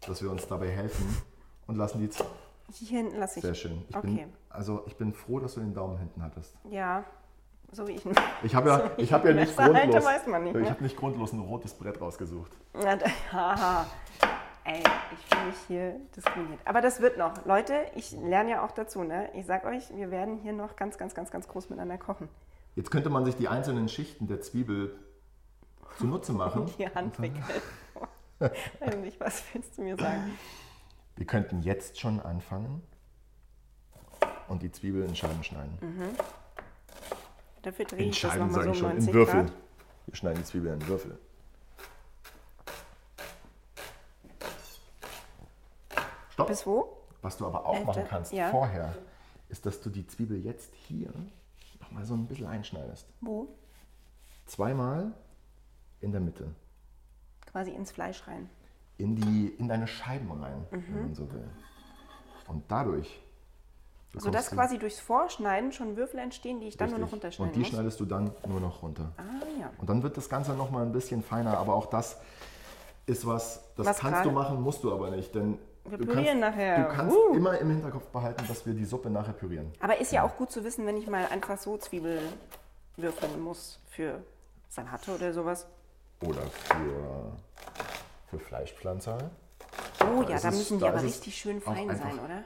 Speaker 3: dass wir uns dabei helfen und lassen die. Z-
Speaker 2: Hier hinten lasse ich.
Speaker 3: Sehr schön. Ich
Speaker 2: okay.
Speaker 3: bin, also ich bin froh, dass du den Daumen hinten hattest.
Speaker 2: Ja, so wie ich ihn.
Speaker 3: Ich habe ja, ich habe ja nicht
Speaker 2: Messer, Alter,
Speaker 3: grundlos.
Speaker 2: weiß man nicht,
Speaker 3: ich
Speaker 2: ne?
Speaker 3: habe nicht grundlos ein rotes Brett rausgesucht.
Speaker 2: Na, da- Haha. Ey, ich fühle mich hier diskriminiert. Aber das wird noch. Leute, ich lerne ja auch dazu, ne? Ich sag euch, wir werden hier noch ganz, ganz, ganz, ganz groß miteinander kochen.
Speaker 3: Jetzt könnte man sich die einzelnen Schichten der Zwiebel zunutze machen.
Speaker 2: Die Hand wickeln. Weiß nicht, was willst du mir sagen?
Speaker 3: Wir könnten jetzt schon anfangen und die Zwiebel in Scheiben schneiden.
Speaker 2: Dafür drehe
Speaker 3: In
Speaker 2: ich Mhm, das
Speaker 3: Scheiben
Speaker 2: nochmal
Speaker 3: sage
Speaker 2: so
Speaker 3: ich schon,
Speaker 2: 90
Speaker 3: in Würfel.
Speaker 2: Grad.
Speaker 3: Wir schneiden die Zwiebel in Würfel. Stopp.
Speaker 2: Bis wo?
Speaker 3: Was du aber auch
Speaker 2: Elfte,
Speaker 3: machen kannst
Speaker 2: ja.
Speaker 3: vorher, ist, dass du die Zwiebel jetzt hier nochmal so ein bisschen einschneidest.
Speaker 2: Wo?
Speaker 3: Zweimal in der Mitte.
Speaker 2: Quasi ins Fleisch rein.
Speaker 3: In, die, in deine Scheiben rein,
Speaker 2: Mhm.
Speaker 3: wenn man so will. Und dadurch.
Speaker 2: Sodass
Speaker 3: bekommst du-
Speaker 2: quasi durchs Vorschneiden schon Würfel entstehen, die ich dann nur noch
Speaker 3: Richtig.
Speaker 2: runterschneiden
Speaker 3: Und die
Speaker 2: muss.
Speaker 3: schneidest du dann nur noch runter.
Speaker 2: ah ja.
Speaker 3: Und dann wird das Ganze nochmal ein bisschen feiner, aber auch das ist was, das
Speaker 2: Was
Speaker 3: kannst
Speaker 2: gerade-
Speaker 3: du machen, musst du aber nicht, denn
Speaker 2: Wir
Speaker 3: du
Speaker 2: pürieren
Speaker 3: kannst,
Speaker 2: nachher.
Speaker 3: Du kannst
Speaker 2: Uh.
Speaker 3: immer im Hinterkopf behalten, dass wir die Suppe nachher pürieren.
Speaker 2: Aber ist ja auch gut zu wissen, wenn ich mal einfach so Zwiebel würfeln muss für Salate oder sowas.
Speaker 3: Oder für, für Fleischpflanzer.
Speaker 2: Oh ja,
Speaker 3: ist
Speaker 2: da
Speaker 3: es-
Speaker 2: müssen die
Speaker 3: da
Speaker 2: aber
Speaker 3: ist es
Speaker 2: richtig schön
Speaker 3: auch
Speaker 2: fein
Speaker 3: einfach-
Speaker 2: sein, oder?
Speaker 3: Daumen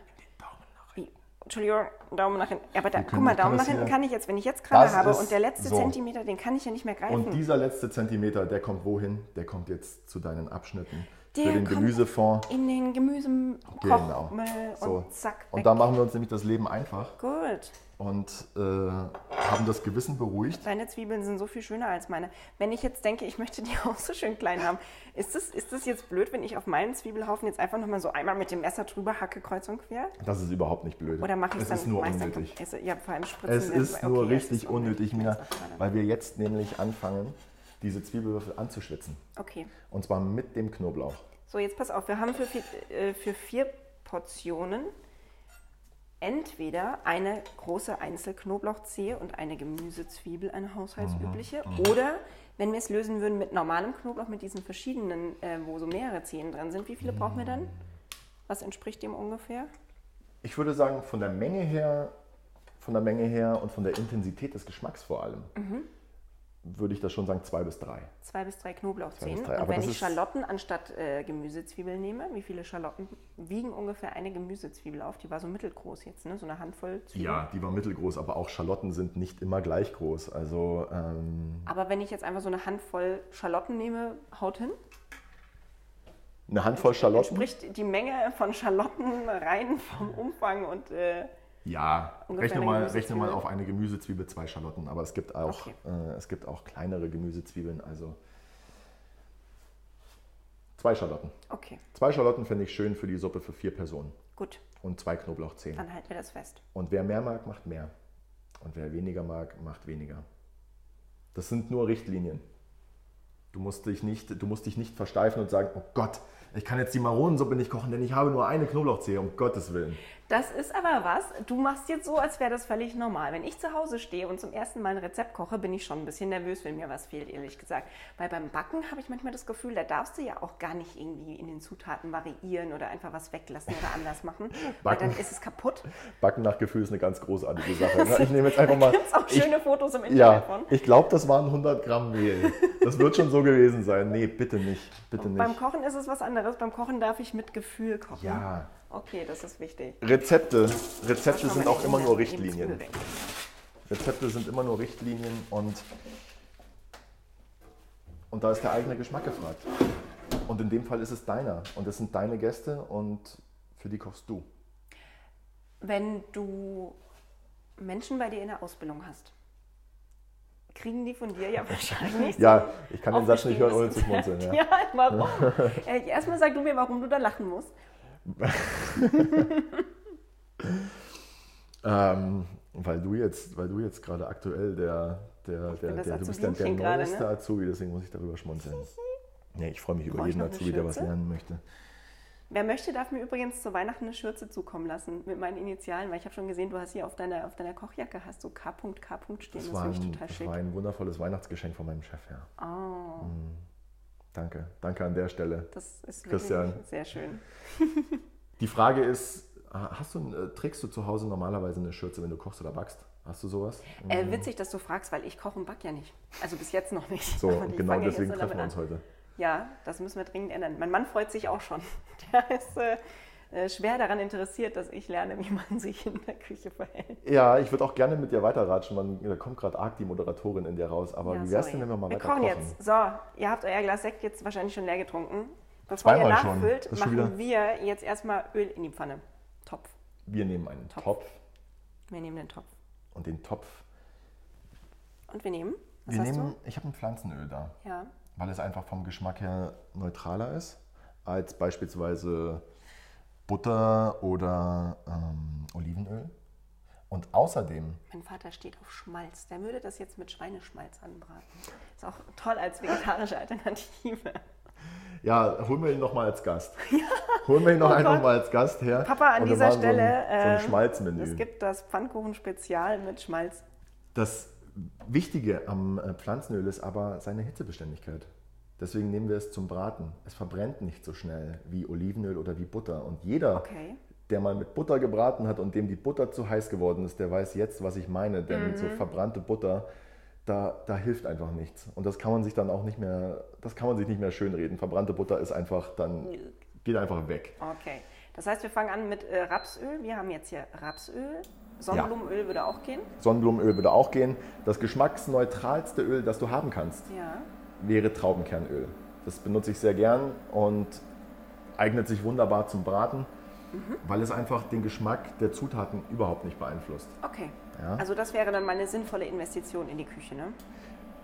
Speaker 3: nach rechts.
Speaker 2: Wie? Entschuldigung, Daumen nach hinten. Ja, Aber da, guck
Speaker 3: können-
Speaker 2: mal,
Speaker 3: wir können
Speaker 2: Daumen nach
Speaker 3: das
Speaker 2: hinten
Speaker 3: hier-
Speaker 2: kann ich jetzt, wenn ich jetzt Kralle
Speaker 3: Das
Speaker 2: habe
Speaker 3: ist
Speaker 2: und der letzte
Speaker 3: so.
Speaker 2: Zentimeter, den kann ich ja nicht mehr greifen.
Speaker 3: Und dieser letzte Zentimeter, der kommt wohin? Der kommt jetzt zu deinen Abschnitten. für
Speaker 2: Der
Speaker 3: den
Speaker 2: kommt-
Speaker 3: Gemüsefond.
Speaker 2: in den
Speaker 3: Genau.
Speaker 2: Gemüsekochmüll
Speaker 3: So.
Speaker 2: und zack, weg.
Speaker 3: Und da machen wir uns nämlich das Leben einfach
Speaker 2: Gut.
Speaker 3: und äh, haben das Gewissen beruhigt.
Speaker 2: Deine Zwiebeln sind so viel schöner als meine. Wenn ich jetzt denke, ich möchte die auch so schön klein haben, ist das, ist das jetzt blöd, wenn ich auf meinen Zwiebelhaufen jetzt einfach nochmal so einmal mit dem Messer drüber hacke, kreuz und quer?
Speaker 3: Das ist überhaupt nicht blöd.
Speaker 2: Oder mache ich es
Speaker 3: es
Speaker 2: dann
Speaker 3: ist nur
Speaker 2: mach ich's dann
Speaker 3: unnötig.
Speaker 2: kaputt? Es, ja, vor allem spritzen
Speaker 3: Es
Speaker 2: wir-
Speaker 3: ist
Speaker 2: okay,
Speaker 3: nur
Speaker 2: es
Speaker 3: richtig
Speaker 2: ist
Speaker 3: unnötig, Mina,
Speaker 2: Jetzt auch gerade.
Speaker 3: weil wir jetzt nämlich anfangen, diese Zwiebelwürfel anzuschwitzen.
Speaker 2: Okay,
Speaker 3: Und zwar mit dem Knoblauch.
Speaker 2: so jetzt pass auf, wir haben für vier, äh, für vier Portionen entweder eine große Einzelknoblauchzehe und eine Gemüsezwiebel, eine haushaltsübliche,
Speaker 3: Mhm,
Speaker 2: oder wenn wir es lösen würden mit normalem Knoblauch, mit diesen verschiedenen, äh, wo so mehrere Zehen drin sind, wie viele brauchen wir
Speaker 3: Mhm.
Speaker 2: dann? Was entspricht dem ungefähr?
Speaker 3: Ich würde sagen, von der
Speaker 2: Mhm.
Speaker 3: Menge her, von der Menge her und von der Intensität des Geschmacks vor allem, würde ich das schon sagen, zwei bis drei.
Speaker 2: Zwei bis drei Knoblauchzehen.
Speaker 3: bis drei,
Speaker 2: Und
Speaker 3: aber
Speaker 2: wenn
Speaker 3: das
Speaker 2: ich
Speaker 3: ist-
Speaker 2: Schalotten anstatt äh, Gemüsezwiebeln nehme, wie viele Schalotten wiegen ungefähr eine Gemüsezwiebel auf? Die war so mittelgroß jetzt, ne? So eine Handvoll Zwiebeln.
Speaker 3: Ja, die war mittelgroß, aber auch Schalotten sind nicht immer gleich groß. Also ähm,
Speaker 2: Aber wenn ich jetzt einfach so eine Handvoll Schalotten nehme, haut hin.
Speaker 3: eine Handvoll Schalotten.
Speaker 2: Spricht die Menge von Schalotten rein vom Umfang und äh,
Speaker 3: Ja,
Speaker 2: Ungefähr
Speaker 3: rechne
Speaker 2: eine
Speaker 3: mal, rechne mal
Speaker 2: Gemüsezwiebel.
Speaker 3: auf eine Gemüsezwiebel zwei Schalotten, aber es gibt auch,
Speaker 2: Okay.
Speaker 3: äh, es gibt auch kleinere Gemüsezwiebeln, also zwei Schalotten.
Speaker 2: okay,
Speaker 3: Zwei Schalotten finde ich schön für die Suppe für vier Personen
Speaker 2: gut,
Speaker 3: und zwei Knoblauchzehen.
Speaker 2: dann halten wir das fest.
Speaker 3: Und wer mehr mag, macht mehr. Und wer weniger mag, macht weniger. Das sind nur Richtlinien. Du musst dich nicht, du musst dich nicht versteifen und sagen, oh Gott, ich kann jetzt die Maronensuppe nicht kochen, denn ich habe nur eine Knoblauchzehe, um Gottes Willen.
Speaker 2: Das ist aber was, du machst jetzt so, als wäre das völlig normal. Wenn ich zu Hause stehe und zum ersten Mal ein Rezept koche, bin ich schon ein bisschen nervös, wenn mir was fehlt, ehrlich gesagt. Weil beim Backen habe ich manchmal das Gefühl, da darfst du ja auch gar nicht irgendwie in den Zutaten variieren oder einfach was weglassen oder anders machen. Weil
Speaker 3: Backen.
Speaker 2: dann ist es kaputt.
Speaker 3: Backen nach Gefühl ist eine ganz großartige Sache. Ne? Ich nehme jetzt einfach mal.
Speaker 2: Da gibt's auch
Speaker 3: ich,
Speaker 2: schöne Fotos im Internet
Speaker 3: ja,
Speaker 2: von.
Speaker 3: ich glaube, das waren 100 Gramm Mehl. Das wird schon so gewesen sein. Nee, bitte nicht. Bitte
Speaker 2: Beim
Speaker 3: nicht.
Speaker 2: Kochen ist es was anderes. Beim Kochen darf ich mit Gefühl kochen.
Speaker 3: Ja.
Speaker 2: Okay, das ist wichtig.
Speaker 3: Rezepte. Rezepte
Speaker 2: Schau mal,
Speaker 3: sind auch
Speaker 2: ich
Speaker 3: immer
Speaker 2: nehme
Speaker 3: nur
Speaker 2: das- nehme das
Speaker 3: Richtlinien.
Speaker 2: Öl weg.
Speaker 3: Rezepte sind immer nur Richtlinien und, und da ist der eigene Geschmack gefragt. Und in dem Fall ist es deiner und es sind deine Gäste und für die kochst du.
Speaker 2: Wenn du Menschen bei dir in der Ausbildung hast, kriegen die von dir ja wahrscheinlich.
Speaker 3: Ja, ich kann den Satz nicht hören, ohne zu
Speaker 2: aufgeschriebenes
Speaker 3: schmunzeln.
Speaker 2: Rezept.
Speaker 3: Ja.
Speaker 2: Ja, warum? Äh, Erstmal sag du mir, warum du da lachen musst.
Speaker 3: Ähm, weil du jetzt, weil du jetzt gerade aktuell der, der, der,
Speaker 2: das
Speaker 3: der du bist der, der
Speaker 2: Azubinchen gerade,
Speaker 3: neueste
Speaker 2: ne?
Speaker 3: Azubi, deswegen muss ich darüber schmunzeln. Nee, ich freue mich über
Speaker 2: Brauch ich
Speaker 3: jeden
Speaker 2: noch eine
Speaker 3: Azubi, der was
Speaker 2: Schürze?
Speaker 3: lernen möchte.
Speaker 2: Wer möchte, darf mir übrigens zu Weihnachten eine Schürze zukommen lassen mit meinen Initialen, weil ich habe schon gesehen, du hast hier auf deiner, auf deiner Kochjacke hast du K.K. stehen. Das,
Speaker 3: Das war,
Speaker 2: finde ich
Speaker 3: ein,
Speaker 2: total
Speaker 3: das
Speaker 2: schick.
Speaker 3: war ein wundervolles Weihnachtsgeschenk von meinem Chef, ja.
Speaker 2: Oh,
Speaker 3: Danke, danke an der Stelle.
Speaker 2: das ist
Speaker 3: Christian.
Speaker 2: wirklich sehr schön.
Speaker 3: Die Frage ist, hast du, äh, trägst du zu Hause normalerweise eine Schürze, wenn du kochst oder backst? Hast du sowas?
Speaker 2: Äh, witzig, dass du fragst, weil ich koche und back ja nicht. Also bis jetzt noch nicht.
Speaker 3: So,
Speaker 2: Aber
Speaker 3: und
Speaker 2: ich
Speaker 3: genau
Speaker 2: fange jetzt
Speaker 3: deswegen
Speaker 2: so
Speaker 3: treffen wir
Speaker 2: damit
Speaker 3: uns heute.
Speaker 2: Ja, das müssen wir dringend ändern. Mein Mann freut sich auch schon. Der ist äh, äh, schwer daran interessiert, dass ich lerne, wie man sich in der Küche verhält.
Speaker 3: Ja, ich würde auch gerne mit dir weiterratschen. Man, da kommt gerade arg die Moderatorin in dir raus. Aber
Speaker 2: Ja,
Speaker 3: wie wär's
Speaker 2: sorry.
Speaker 3: denn, wenn wir mal
Speaker 2: wir
Speaker 3: weiter
Speaker 2: kochen
Speaker 3: kochen?
Speaker 2: jetzt. So, ihr habt euer Glas Sekt jetzt wahrscheinlich schon leer getrunken. Bevor ihr
Speaker 3: Zweimal schon.
Speaker 2: nachfüllt,
Speaker 3: Das ist schon
Speaker 2: machen
Speaker 3: wieder-
Speaker 2: wir jetzt erstmal Öl in die Pfanne. Topf.
Speaker 3: Wir nehmen einen
Speaker 2: Topf.
Speaker 3: Topf,
Speaker 2: Wir nehmen den Topf.
Speaker 3: und den Topf.
Speaker 2: Und wir nehmen. Was
Speaker 3: wir
Speaker 2: hast
Speaker 3: nehmen, ich habe ein Pflanzenöl da,
Speaker 2: du? Ja.
Speaker 3: weil es einfach vom Geschmack her neutraler ist als beispielsweise Butter oder ähm, Olivenöl. Und außerdem
Speaker 2: Mein Vater steht auf Schmalz. Der würde das jetzt mit Schweineschmalz anbraten. Ist auch toll als vegetarische Alternative.
Speaker 3: Ja, holen wir ihn nochmal als Gast. Holen wir ihn noch einfach
Speaker 2: Oh Gott.
Speaker 3: mal als Gast her.
Speaker 2: Papa, an
Speaker 3: Und wir
Speaker 2: dieser
Speaker 3: machen
Speaker 2: Stelle.
Speaker 3: So ein, so ein
Speaker 2: ähm,
Speaker 3: Schmalzmenü.
Speaker 2: Es gibt das Pfannkuchen-Spezial mit Schmalz.
Speaker 3: das Wichtige am äh, Pflanzenöl ist aber seine Hitzebeständigkeit. Deswegen nehmen wir es zum Braten. Es verbrennt nicht so schnell wie Olivenöl oder wie Butter. Und jeder,
Speaker 2: Okay.
Speaker 3: der mal mit Butter gebraten hat und dem die Butter zu heiß geworden ist, der weiß jetzt, was ich meine. Denn so verbrannte Butter, da, da hilft einfach nichts. Und das kann man sich dann auch nicht mehr, das kann man sich nicht mehr schönreden. Verbrannte Butter ist einfach dann, geht einfach weg.
Speaker 2: Okay. Das heißt, wir fangen an mit äh, Rapsöl. Wir haben jetzt hier Rapsöl. Sonnenblumenöl würde auch gehen.
Speaker 3: Sonnenblumenöl würde auch gehen. Das geschmacksneutralste Öl, das du haben kannst,
Speaker 2: Ja.
Speaker 3: wäre Traubenkernöl. Das benutze ich sehr gern und eignet sich wunderbar zum Braten, weil es einfach den Geschmack der Zutaten überhaupt nicht beeinflusst.
Speaker 2: Okay.
Speaker 3: Ja.
Speaker 2: Also das wäre dann meine sinnvolle Investition in die Küche, ne?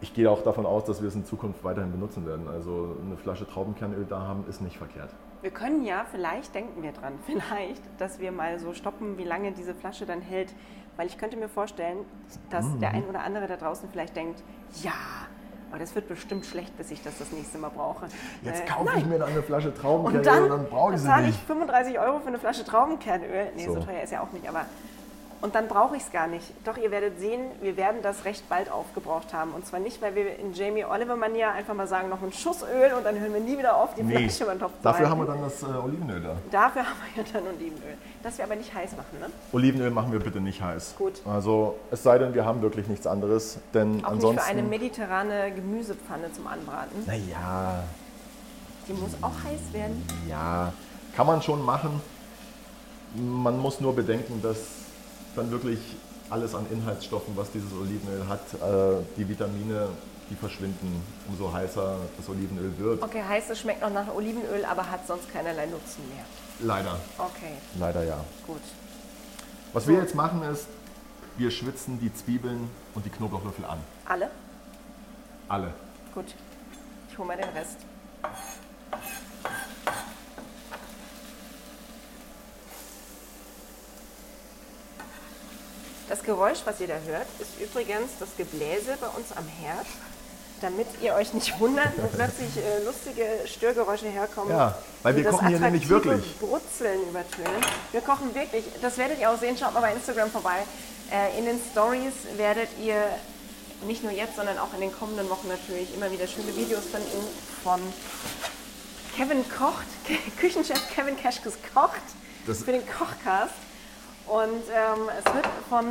Speaker 3: Ich gehe auch davon aus, dass wir es in Zukunft weiterhin benutzen werden. Also eine Flasche Traubenkernöl da haben, ist nicht verkehrt.
Speaker 2: Wir können ja, vielleicht denken wir dran, vielleicht, dass wir mal so stoppen, wie lange diese Flasche dann hält. Weil ich könnte mir vorstellen, dass
Speaker 3: Mhm.
Speaker 2: der ein oder andere da draußen vielleicht denkt, ja, aber das wird bestimmt schlecht, bis ich das das nächste Mal brauche.
Speaker 3: Jetzt
Speaker 2: Äh,
Speaker 3: kaufe ich mir dann eine Flasche
Speaker 2: Und
Speaker 3: Traubenkernöl
Speaker 2: dann,
Speaker 3: und dann brauche ich sie
Speaker 2: bezahle ich
Speaker 3: nicht.
Speaker 2: 35 Euro für eine Flasche Traubenkernöl. Nee, so.
Speaker 3: So.
Speaker 2: teuer ist ja auch nicht, aber. Und dann brauche ich es gar nicht. Doch ihr werdet sehen, wir werden das recht bald aufgebraucht haben. Und zwar nicht, weil wir in Jamie Oliver-Manier einfach mal sagen, noch einen Schuss Öl und dann hören wir nie wieder auf, die
Speaker 3: Nee.
Speaker 2: Flasche über den Topf zu
Speaker 3: Dafür
Speaker 2: halten.
Speaker 3: haben wir dann das äh, Olivenöl da.
Speaker 2: Dafür haben wir ja dann Olivenöl. Das wir aber nicht heiß machen, ne?
Speaker 3: Olivenöl machen wir bitte nicht heiß.
Speaker 2: Gut.
Speaker 3: Also es sei denn, wir haben wirklich nichts anderes, denn
Speaker 2: Auch
Speaker 3: ansonsten.
Speaker 2: nicht für eine mediterrane Gemüsepfanne zum Anbraten.
Speaker 3: naja,
Speaker 2: Die muss auch heiß werden.
Speaker 3: ja, kann man schon machen. Man muss nur bedenken, dass dann wirklich alles an Inhaltsstoffen, was dieses Olivenöl hat, äh, die Vitamine, die verschwinden, umso heißer das Olivenöl wird.
Speaker 2: Okay, heiß, es schmeckt noch nach Olivenöl, aber hat sonst keinerlei Nutzen mehr.
Speaker 3: Leider,
Speaker 2: Okay,
Speaker 3: leider ja.
Speaker 2: gut.
Speaker 3: Was wir jetzt machen ist, wir schwitzen die Zwiebeln und die Knoblauchlöffel an.
Speaker 2: Alle?
Speaker 3: Alle.
Speaker 2: Gut. Ich hole mal den Rest. Das Geräusch, was ihr da hört, ist übrigens das Gebläse bei uns am Herd, damit ihr euch nicht wundert, wo plötzlich äh, lustige Störgeräusche herkommen.
Speaker 3: Ja, weil
Speaker 2: die
Speaker 3: wir
Speaker 2: Also das
Speaker 3: kochen hier nämlich
Speaker 2: attraktive
Speaker 3: wirklich.
Speaker 2: Brutzeln übertönen. Wir kochen wirklich. Das werdet ihr auch sehen. Schaut mal bei Instagram vorbei. Äh, in den Stories werdet ihr nicht nur jetzt, sondern auch in den kommenden Wochen natürlich immer wieder schöne Videos von ihm von Kevin kocht, Küchenchef Kevin Keschkes kocht
Speaker 3: Das-
Speaker 2: für den Kochcast. Und ähm, es wird von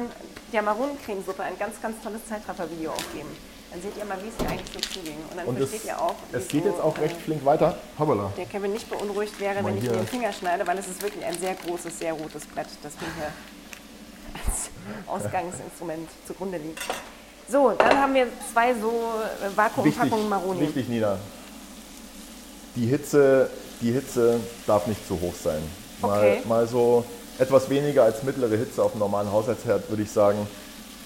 Speaker 2: der Maronencremesuppe ein ganz, ganz tolles Zeitraffer-Video aufgeben. Dann seht ihr mal, wie es da eigentlich so zuging. Und dann
Speaker 3: Und es,
Speaker 2: versteht ihr auch,
Speaker 3: es
Speaker 2: wieso,
Speaker 3: geht jetzt auch
Speaker 2: äh,
Speaker 3: recht flink weiter. Hoppala.
Speaker 2: der Kevin nicht beunruhigt wäre,
Speaker 3: Mal
Speaker 2: wenn ich mir
Speaker 3: hier.
Speaker 2: den Finger schneide, weil es ist wirklich ein sehr großes, sehr rotes Brett, das mir hier als Ausgangsinstrument zugrunde liegt. So, dann haben wir zwei so äh, Vakuumpackungen Maroni.
Speaker 3: wichtig, Nina. Die Hitze, die Hitze darf nicht zu hoch sein. Mal,
Speaker 2: Okay.
Speaker 3: mal so etwas weniger als mittlere Hitze auf einem normalen Haushaltsherd, würde ich sagen,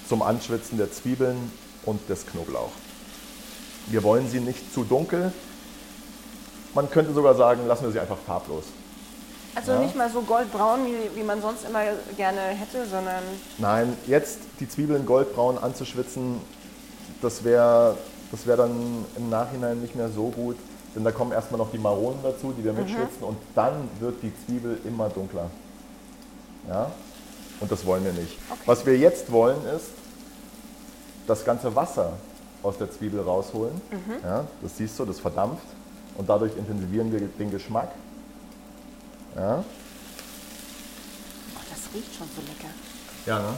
Speaker 3: zum Anschwitzen der Zwiebeln und des Knoblauch. Wir wollen sie nicht zu dunkel. Man könnte sogar sagen, lassen wir sie einfach farblos.
Speaker 2: Also nicht mal so goldbraun, wie, wie man sonst immer gerne hätte, sondern
Speaker 3: Nein, jetzt die Zwiebeln goldbraun anzuschwitzen, das wäre das wär dann im Nachhinein nicht mehr so gut. Denn da kommen erstmal noch die Maronen dazu, die wir mitschwitzen und dann wird die Zwiebel immer dunkler. Ja? Und das wollen wir nicht. Was wir jetzt wollen ist, das ganze Wasser aus der Zwiebel rausholen. Ja, das siehst du, das verdampft. Und dadurch intensivieren wir den Geschmack. Ja,
Speaker 2: oh, das riecht schon so lecker.
Speaker 3: ja ne?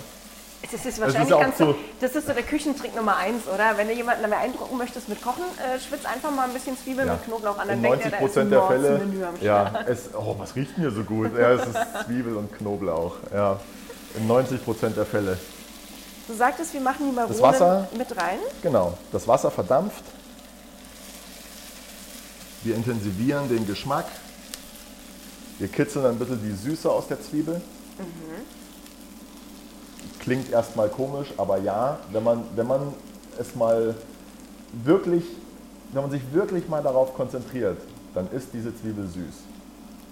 Speaker 2: Das ist
Speaker 3: ist
Speaker 2: wahrscheinlich
Speaker 3: auch
Speaker 2: ganz
Speaker 3: so-
Speaker 2: so, das ist so der Küchentrick Nummer eins, oder? Wenn du jemanden beeindrucken möchtest mit Kochen, äh, schwitz einfach mal ein bisschen Zwiebeln mit Knoblauch an, dann
Speaker 3: In
Speaker 2: denkt
Speaker 3: 90
Speaker 2: er, da ist
Speaker 3: Prozent der
Speaker 2: morgens ein
Speaker 3: Fälle.
Speaker 2: Menü am Start.
Speaker 3: Ja, es, oh, was riecht denn hier so gut? Ja, es ist Zwiebel und Knoblauch. Ja, in 90 Prozent der Fälle.
Speaker 2: Du sagtest, wir machen die Maronen
Speaker 3: Wasser-
Speaker 2: mit rein.
Speaker 3: Genau, das Wasser verdampft. Wir intensivieren den Geschmack. Wir kitzeln ein bisschen die Süße aus der Zwiebel.
Speaker 2: Mhm.
Speaker 3: Klingt erstmal komisch, aber ja, wenn man, wenn man es mal wirklich, wenn man sich wirklich mal darauf konzentriert, dann ist diese Zwiebel süß.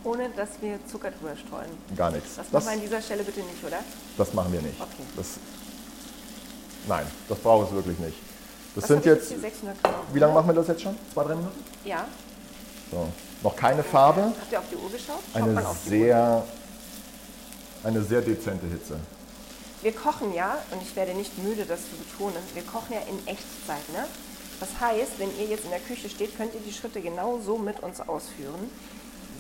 Speaker 2: Ohne dass wir Zucker drüber streuen.
Speaker 3: Gar nichts.
Speaker 2: Das,
Speaker 3: Das,
Speaker 2: machen wir an dieser Stelle bitte nicht, oder?
Speaker 3: das machen wir nicht.
Speaker 2: Okay.
Speaker 3: Das, nein, das braucht es wirklich nicht. Das
Speaker 2: Was
Speaker 3: sind
Speaker 2: habe ich
Speaker 3: jetzt,
Speaker 2: die 600 Gramm?
Speaker 3: wie lange machen wir das jetzt schon? Zwei, drei Minuten?
Speaker 2: Ja.
Speaker 3: So. Noch keine Farbe,
Speaker 2: Habt ihr auf die Uhr geschaut? Schaut
Speaker 3: eine
Speaker 2: man auf die Uhr?
Speaker 3: sehr, eine sehr dezente Hitze.
Speaker 2: Wir kochen ja, und ich werde nicht müde, das zu betonen, wir kochen ja in Echtzeit. Ne? Das heißt, wenn ihr jetzt in der Küche steht, könnt ihr die Schritte genau so mit uns ausführen.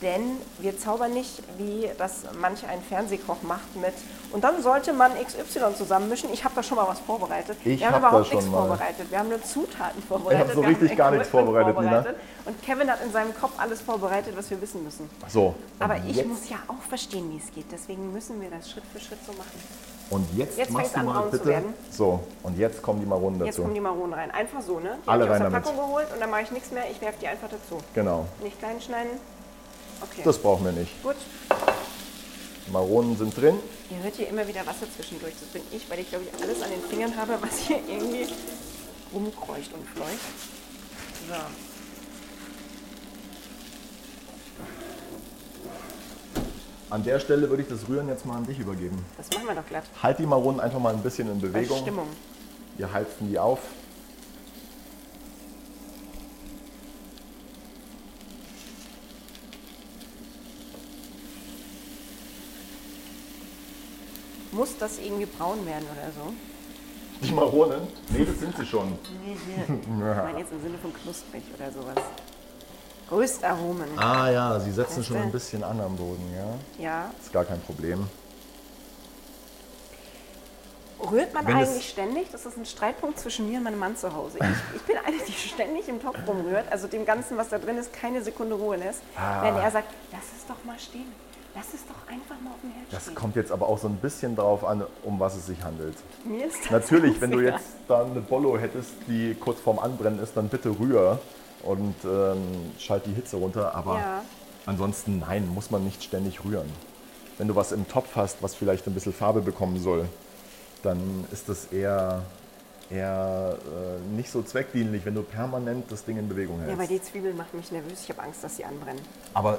Speaker 2: Denn wir zaubern nicht, wie das manch ein Fernsehkoch macht mit. Und dann sollte man XY zusammenmischen. Ich habe da schon mal was vorbereitet.
Speaker 3: Ich
Speaker 2: wir haben
Speaker 3: hab da
Speaker 2: überhaupt
Speaker 3: schon
Speaker 2: nichts
Speaker 3: mal.
Speaker 2: vorbereitet. Wir haben nur Zutaten vorbereitet.
Speaker 3: so
Speaker 2: wir haben
Speaker 3: richtig
Speaker 2: ein
Speaker 3: gar nichts
Speaker 2: Equipment
Speaker 3: vorbereitet, Nina.
Speaker 2: Und Kevin hat in seinem Kopf alles vorbereitet, was wir wissen müssen.
Speaker 3: So.
Speaker 2: Aber
Speaker 3: und
Speaker 2: ich
Speaker 3: jetzt,
Speaker 2: muss ja auch verstehen, wie es geht. Deswegen müssen wir das Schritt für Schritt so machen.
Speaker 3: Und jetzt,
Speaker 2: Jetzt
Speaker 3: machst
Speaker 2: fängt's
Speaker 3: du
Speaker 2: an,
Speaker 3: mal
Speaker 2: braun zu
Speaker 3: bitte.
Speaker 2: werden.
Speaker 3: So, und jetzt kommen die Maronen
Speaker 2: Jetzt
Speaker 3: dazu.
Speaker 2: kommen die Maronen rein. Einfach so, ne? Die
Speaker 3: Alle
Speaker 2: hab ich
Speaker 3: rein
Speaker 2: aus der
Speaker 3: damit.
Speaker 2: Packung geholt und dann mache ich nichts mehr. Ich werfe die einfach dazu.
Speaker 3: genau.
Speaker 2: Nicht klein schneiden. Okay.
Speaker 3: Das brauchen wir nicht.
Speaker 2: Gut.
Speaker 3: Maronen sind drin.
Speaker 2: Ihr hört hier immer wieder Wasser zwischendurch. Das bin ich, weil ich glaube ich alles an den Fingern habe, was hier irgendwie rumkreucht und fleucht. So.
Speaker 3: An der Stelle würde ich das Rühren jetzt mal an dich übergeben.
Speaker 2: Das machen wir doch glatt.
Speaker 3: Halt die Maronen einfach mal ein bisschen in
Speaker 2: Als
Speaker 3: Bewegung.
Speaker 2: Stimmung.
Speaker 3: Wir heizen die auf.
Speaker 2: Muss das irgendwie braun werden oder so?
Speaker 3: Die Maronen? Nee, das sind sie schon.
Speaker 2: Ich meine jetzt im Sinne von knusprig oder sowas. Röstaromen.
Speaker 3: Ah ja, sie setzen schon
Speaker 2: Weißt du?
Speaker 3: ein bisschen an am Boden, ja.
Speaker 2: Ja.
Speaker 3: Ist gar kein Problem.
Speaker 2: Rührt man
Speaker 3: Wenn es-
Speaker 2: eigentlich ständig? Das ist ein Streitpunkt zwischen mir und meinem Mann zu Hause. Ich, ich bin eine, die ständig im Topf rumrührt, also dem Ganzen, was da drin ist, keine Sekunde Ruhe lässt.
Speaker 3: Ah.
Speaker 2: Wenn er sagt, lass es doch mal stehen. Lass es doch einfach mal auf dem Herd
Speaker 3: Das
Speaker 2: stehen.
Speaker 3: kommt jetzt aber auch so ein bisschen drauf an, um was es sich handelt.
Speaker 2: Mir ist das
Speaker 3: Natürlich, wenn du
Speaker 2: egal.
Speaker 3: jetzt da eine Bollo hättest, die kurz vorm Anbrennen ist, dann bitte rühr und ähm, schalt die Hitze runter. Aber
Speaker 2: Ja.
Speaker 3: ansonsten, nein, muss man nicht ständig rühren. Wenn du was im Topf hast, was vielleicht ein bisschen Farbe bekommen soll, dann ist das eher, eher äh, nicht so zweckdienlich, wenn du permanent das Ding in Bewegung
Speaker 2: Ja,
Speaker 3: hältst.
Speaker 2: aber die Zwiebel macht mich nervös. Ich habe Angst, dass sie anbrennen.
Speaker 3: Aber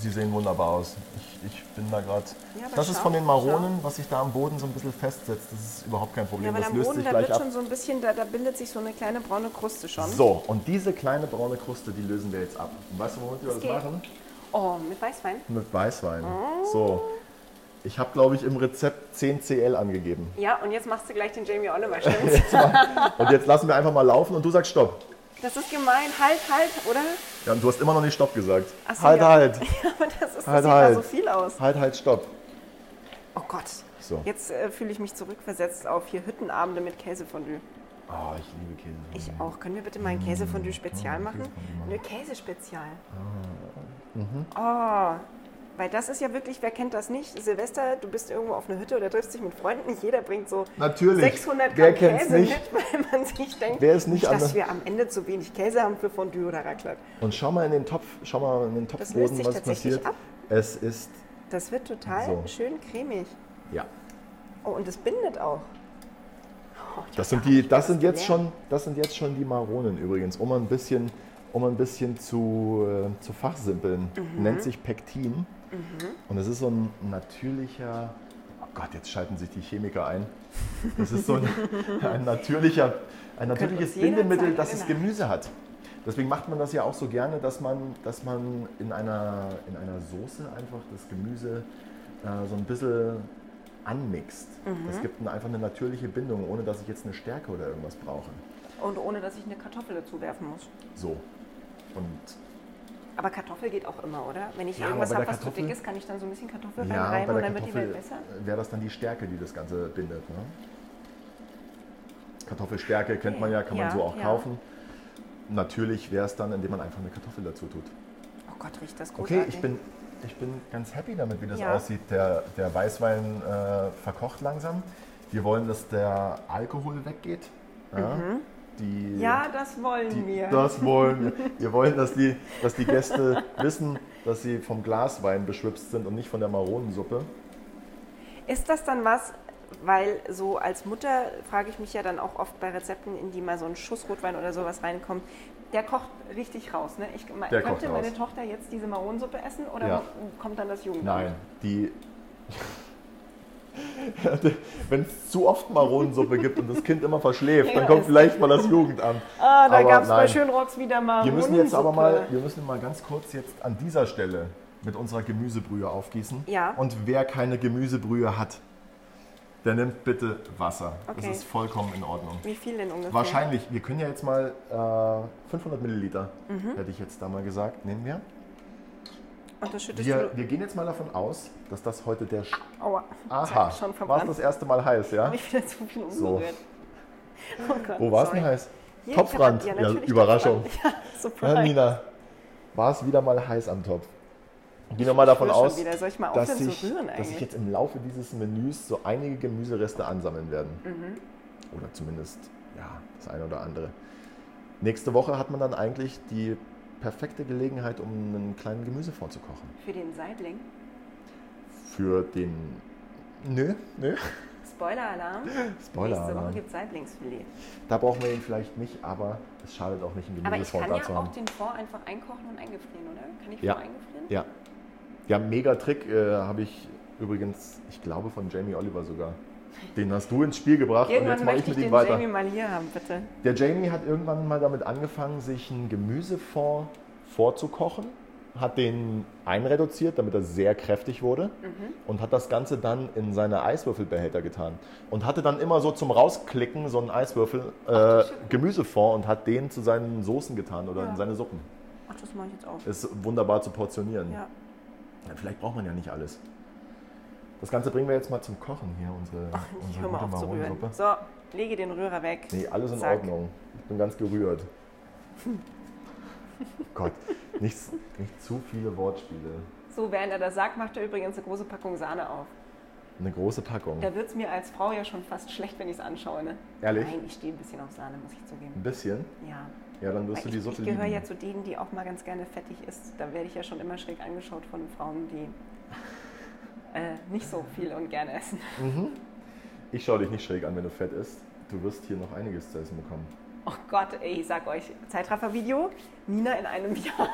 Speaker 3: sie sehen wunderbar aus. Ich, ich bin da gerade.
Speaker 2: Ja, aber
Speaker 3: das ist
Speaker 2: schau,
Speaker 3: von den Maronen, was sich da am Boden so ein bisschen festsetzt. Das ist überhaupt kein
Speaker 2: Ja,
Speaker 3: Problem.
Speaker 2: weil
Speaker 3: das
Speaker 2: am
Speaker 3: löst
Speaker 2: Boden,
Speaker 3: sich
Speaker 2: da wird
Speaker 3: gleich ab.
Speaker 2: schon so ein bisschen, da, da bildet sich so eine kleine braune Kruste schon.
Speaker 3: So, und diese kleine braune Kruste, die lösen wir jetzt ab. Und weißt du, womit wir das,
Speaker 2: geht.
Speaker 3: machen?
Speaker 2: Oh, mit Weißwein?
Speaker 3: Mit Weißwein. So. Ich habe, glaube ich, im Rezept 10 CL angegeben.
Speaker 2: Ja, und jetzt machst du gleich den Jamie Oliver, stimmt's?
Speaker 3: Und jetzt lassen wir einfach mal laufen und du sagst Stopp.
Speaker 2: Das ist gemein. Halt, halt, oder?
Speaker 3: Ja, und du hast immer noch nicht Stopp gesagt.
Speaker 2: Ach so,
Speaker 3: halt,
Speaker 2: ja.
Speaker 3: halt.
Speaker 2: Ja, aber das, ist, das
Speaker 3: Halt,
Speaker 2: sieht
Speaker 3: halt.
Speaker 2: mal so viel aus.
Speaker 3: Halt, halt, Stopp.
Speaker 2: Oh Gott.
Speaker 3: So.
Speaker 2: Jetzt äh, fühle ich mich zurückversetzt auf hier Hüttenabende mit Käsefondue.
Speaker 3: Oh, ich liebe Käse.
Speaker 2: Ich auch. Können wir bitte mal ein Käsefondue-Spezial machen? Nö, Käsespezial.
Speaker 3: Ah, mhm.
Speaker 2: Oh, weil das ist ja wirklich, wer kennt das nicht? Silvester, du bist irgendwo auf einer Hütte oder triffst dich mit Freunden. Jeder bringt so
Speaker 3: Natürlich.
Speaker 2: 600
Speaker 3: Wer
Speaker 2: Gramm
Speaker 3: kennt's
Speaker 2: Käse
Speaker 3: nicht?
Speaker 2: mit, weil man sich denkt,
Speaker 3: Wer ist nicht
Speaker 2: dass
Speaker 3: anders-
Speaker 2: wir am Ende zu wenig Käse haben für Fondue oder Raclette.
Speaker 3: Und schau mal in den Topf, schau mal in den
Speaker 2: löst
Speaker 3: Topfboden,
Speaker 2: sich
Speaker 3: was
Speaker 2: tatsächlich
Speaker 3: passiert.
Speaker 2: ab.
Speaker 3: Es ist
Speaker 2: Das wird total
Speaker 3: So.
Speaker 2: schön cremig.
Speaker 3: ja.
Speaker 2: Oh, und das bindet auch. Oh,
Speaker 3: Das sind die das sind jetzt
Speaker 2: gelernt.
Speaker 3: schon das sind jetzt schon die Maronen übrigens, um ein bisschen um ein bisschen zu, äh, zu fachsimpeln.
Speaker 2: Mhm.
Speaker 3: Nennt sich Pektin. Und es ist so ein natürlicher Oh Gott, jetzt schalten sich die Chemiker ein. Das ist so ein, ein natürlicher ein natürliches
Speaker 2: uns jederzeit
Speaker 3: Bindemittel, das das
Speaker 2: erinnern.
Speaker 3: Gemüse hat. Deswegen macht man das ja auch so gerne, dass man, dass man in, einer, in einer Soße einfach das Gemüse äh, so ein bisschen anmixt. Das gibt eine, einfach eine natürliche Bindung, ohne dass ich jetzt eine Stärke oder irgendwas brauche.
Speaker 2: Und ohne, dass ich eine Kartoffel dazu werfen muss.
Speaker 3: So. Und
Speaker 2: Aber Kartoffel geht auch immer, oder? Wenn ich
Speaker 3: Ja,
Speaker 2: irgendwas
Speaker 3: aber
Speaker 2: habe,
Speaker 3: bei
Speaker 2: was
Speaker 3: der
Speaker 2: zu dick
Speaker 3: Kartoffel-
Speaker 2: ist, kann ich dann so ein bisschen Kartoffel
Speaker 3: ja, bei
Speaker 2: reinreiben
Speaker 3: der
Speaker 2: und dann wird die Welt
Speaker 3: Kartoffel
Speaker 2: besser.
Speaker 3: wäre das dann die Stärke, die das Ganze bindet. Ne? Kartoffelstärke kennt man ja, kann
Speaker 2: Ja,
Speaker 3: man so auch
Speaker 2: ja.
Speaker 3: kaufen. Natürlich wäre es dann, indem man einfach eine Kartoffel dazu tut.
Speaker 2: Oh Gott, riecht das gut.
Speaker 3: Okay, ich bin, ich bin ganz happy damit, wie das
Speaker 2: Ja.
Speaker 3: aussieht. Der, der Weißwein äh, verkocht langsam. Wir wollen, dass der Alkohol weggeht. Ja, die,
Speaker 2: Mhm. Ja, das wollen
Speaker 3: die,
Speaker 2: wir.
Speaker 3: Das wollen wir. Wir wollen, dass die, dass die Gäste wissen, dass sie vom Glaswein beschwipst sind und nicht von der Maronensuppe.
Speaker 2: Ist das dann was, weil so als Mutter frage ich mich ja dann auch oft bei Rezepten, in die mal so ein Schuss Rotwein oder sowas reinkommt, der kocht richtig raus. Ne? Ich,
Speaker 3: Der kocht
Speaker 2: könnte meine
Speaker 3: raus.
Speaker 2: Tochter jetzt diese Maronensuppe essen oder
Speaker 3: Ja.
Speaker 2: kommt dann das Jugendamt?
Speaker 3: Nein, die. Wenn es zu oft Maronensuppe gibt und das Kind immer verschläft, dann kommt vielleicht mal das Jugendamt.
Speaker 2: Ah, da
Speaker 3: Aber
Speaker 2: gab es bei
Speaker 3: nein.
Speaker 2: Schönrocks wieder mal
Speaker 3: Wir müssen jetzt aber mal, wir müssen mal ganz kurz jetzt an dieser Stelle mit unserer Gemüsebrühe aufgießen.
Speaker 2: Ja.
Speaker 3: Und wer keine Gemüsebrühe hat, der nimmt bitte Wasser.
Speaker 2: Okay.
Speaker 3: Das ist vollkommen in Ordnung.
Speaker 2: Wie viel denn ungefähr?
Speaker 3: Wahrscheinlich, wir können ja jetzt mal äh, 500 Milliliter,
Speaker 2: Mhm.
Speaker 3: hätte ich jetzt da mal gesagt, nehmen wir.
Speaker 2: Und das schüttest
Speaker 3: wir.
Speaker 2: du...
Speaker 3: Wir gehen jetzt mal davon aus, dass das heute der... Sch
Speaker 2: Aua,
Speaker 3: Aha,
Speaker 2: schon
Speaker 3: war es
Speaker 2: verbrannt.
Speaker 3: das erste Mal heiß, ja?
Speaker 2: Hab ich wieder zu viel
Speaker 3: So.
Speaker 2: umgerührt. Oh Gott,
Speaker 3: Wo war es
Speaker 2: sorry.
Speaker 3: denn heiß?
Speaker 2: Hier,
Speaker 3: Topfrand.
Speaker 2: ich hab-
Speaker 3: ja,
Speaker 2: natürlich
Speaker 3: Überraschung.
Speaker 2: Topfrand. Ja,
Speaker 3: Ja,
Speaker 2: surprise.
Speaker 3: Nina, war es wieder mal heiß am Topf. Geh nochmal davon
Speaker 2: schwör schon
Speaker 3: aus,
Speaker 2: wieder, soll ich mal
Speaker 3: dass,
Speaker 2: aufhören zu
Speaker 3: sich,
Speaker 2: rühren
Speaker 3: dass sich
Speaker 2: eigentlich?
Speaker 3: jetzt im Laufe dieses Menüs so einige Gemüsereste ansammeln werden.
Speaker 2: Mhm.
Speaker 3: Oder zumindest ja, das eine oder andere. Nächste Woche hat man dann eigentlich die perfekte Gelegenheit, um einen kleinen Gemüsefond zu kochen.
Speaker 2: Für den Saibling.
Speaker 3: Für den... Nö, nö.
Speaker 2: Spoiler-Alarm. Nächste Woche
Speaker 3: Spoiler.
Speaker 2: gibt es Saiblingsfilet.
Speaker 3: Da brauchen wir ihn vielleicht nicht, aber es schadet auch nicht, einen
Speaker 2: Aber ich
Speaker 3: Gemüsefond
Speaker 2: kann ja
Speaker 3: dazu haben.
Speaker 2: auch den Fond einfach einkochen und eingefrieren, oder? Kann ich
Speaker 3: Ja.
Speaker 2: Fond eingefrieren?
Speaker 3: Ja. Ja, mega Trick äh, habe ich übrigens, ich glaube, von Jamie Oliver sogar. Den hast du ins Spiel gebracht und
Speaker 2: Irgendwann
Speaker 3: jetzt mache
Speaker 2: möchte
Speaker 3: ich
Speaker 2: ich
Speaker 3: mit
Speaker 2: den
Speaker 3: ihm weiter.
Speaker 2: Jamie mal hier haben, bitte.
Speaker 3: Der Jamie hat irgendwann mal damit angefangen, sich einen Gemüsefond vorzukochen hat den einreduziert, damit er sehr kräftig wurde
Speaker 2: Mhm.
Speaker 3: und hat das Ganze dann in seine Eiswürfelbehälter getan und hatte dann immer so zum Rausklicken so einen Eiswürfel äh, Gemüsefond und hat den zu seinen Soßen getan oder in seine Suppen.
Speaker 2: Ach, das mache ich jetzt auch.
Speaker 3: Ist wunderbar zu portionieren.
Speaker 2: Ja.
Speaker 3: Ja, Vielleicht braucht man ja nicht alles. Das Ganze bringen wir jetzt mal zum Kochen hier, unsere,
Speaker 2: Ich
Speaker 3: unsere
Speaker 2: höre mal
Speaker 3: gute
Speaker 2: auf zu rühren.
Speaker 3: Maronensuppe.
Speaker 2: So, lege den Rührer weg.
Speaker 3: Nee, alles in
Speaker 2: Zack.
Speaker 3: Ordnung. Ich bin ganz gerührt. Gott, nicht, nicht zu viele Wortspiele.
Speaker 2: So, während er das sagt, macht er übrigens eine große Packung Sahne auf.
Speaker 3: Eine große Packung.
Speaker 2: Da wird es mir als Frau ja schon fast schlecht, wenn ich es anschaue. Ne?
Speaker 3: Ehrlich?
Speaker 2: Nein, ich stehe ein bisschen auf Sahne, muss ich zugeben.
Speaker 3: Ein bisschen?
Speaker 2: Ja.
Speaker 3: Ja, dann wirst
Speaker 2: Weil
Speaker 3: du
Speaker 2: ich
Speaker 3: die
Speaker 2: ich
Speaker 3: Suppe
Speaker 2: gehöre
Speaker 3: lieben.
Speaker 2: ja zu denen, die auch mal ganz gerne fettig isst. Da werde ich ja schon immer schräg angeschaut von Frauen, die äh, nicht so viel und gerne essen.
Speaker 3: Ich schaue dich nicht schräg an, wenn du fett isst. Du wirst hier noch einiges zu essen bekommen.
Speaker 2: Oh Gott, ey, ich sag euch, Zeitraffer-Video, Nina in einem Jahr.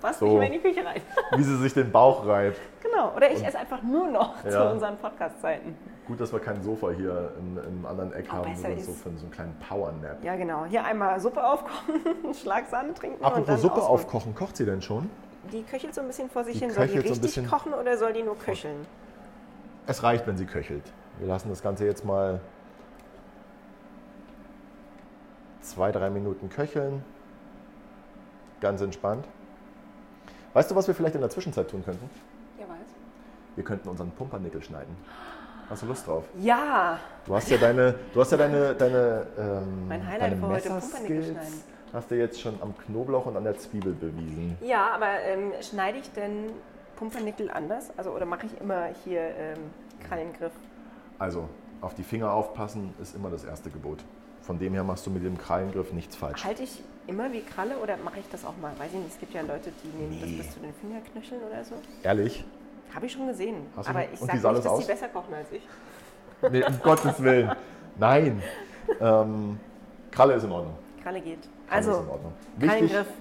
Speaker 2: Passt
Speaker 3: So.
Speaker 2: nicht mehr in die Küche rein.
Speaker 3: Wie sie sich den Bauch reibt.
Speaker 2: Genau, oder ich esse einfach nur noch zu
Speaker 3: Ja.
Speaker 2: unseren Podcast-Zeiten.
Speaker 3: Gut, dass wir kein Sofa hier im, im anderen Eck
Speaker 2: Oh,
Speaker 3: haben,
Speaker 2: besser
Speaker 3: sondern so
Speaker 2: ist-
Speaker 3: für so einen kleinen Powernap.
Speaker 2: Ja, genau. Hier einmal Suppe aufkochen, Schlagsahne trinken und dann
Speaker 3: Apropos Suppe
Speaker 2: ausruhen.
Speaker 3: aufkochen, kocht sie denn schon?
Speaker 2: Die köchelt so ein bisschen vor sich
Speaker 3: Die
Speaker 2: hin. Soll die
Speaker 3: köchelt so ein
Speaker 2: richtig
Speaker 3: bisschen-
Speaker 2: kochen oder soll die nur köcheln?
Speaker 3: Es reicht, wenn sie köchelt. Wir lassen das Ganze jetzt mal zwei, drei Minuten köcheln. Ganz entspannt. Weißt du, was wir vielleicht in der Zwischenzeit tun könnten?
Speaker 2: Ja, weiß.
Speaker 3: Wir könnten unseren Pumpernickel schneiden. Hast du Lust drauf?
Speaker 2: Ja,
Speaker 3: Du hast ja deine, du hast ja deine, deine, ähm,
Speaker 2: Mein Highlight
Speaker 3: deine
Speaker 2: für heute, Pumpernickel
Speaker 3: Messerskills
Speaker 2: schneiden.
Speaker 3: hast du jetzt schon am Knoblauch und an der Zwiebel bewiesen.
Speaker 2: ja, aber ähm, schneide ich denn Pumpernickel anders? Also, oder mache ich immer hier ähm, Krallengriff?
Speaker 3: Also, auf die Finger aufpassen ist immer das erste Gebot. Von dem her machst du mit dem Krallengriff nichts falsch.
Speaker 2: Halte ich immer wie Kralle oder mache ich das auch mal? Weiß ich nicht, es gibt ja Leute, die nehmen
Speaker 3: Nee.
Speaker 2: das bis zu den Fingerknöcheln oder so.
Speaker 3: Ehrlich?
Speaker 2: Habe ich schon gesehen.
Speaker 3: Hast du-
Speaker 2: aber ich
Speaker 3: und
Speaker 2: sage
Speaker 3: wie sah
Speaker 2: nicht, dass
Speaker 3: das
Speaker 2: die
Speaker 3: aus?
Speaker 2: besser kochen als ich.
Speaker 3: Nee, um Gottes Willen. Nein. Ähm, Kralle ist in Ordnung.
Speaker 2: Kralle geht.
Speaker 3: Kralle ist
Speaker 2: Also,
Speaker 3: in Ordnung. Wichtig,
Speaker 2: Krallengriff.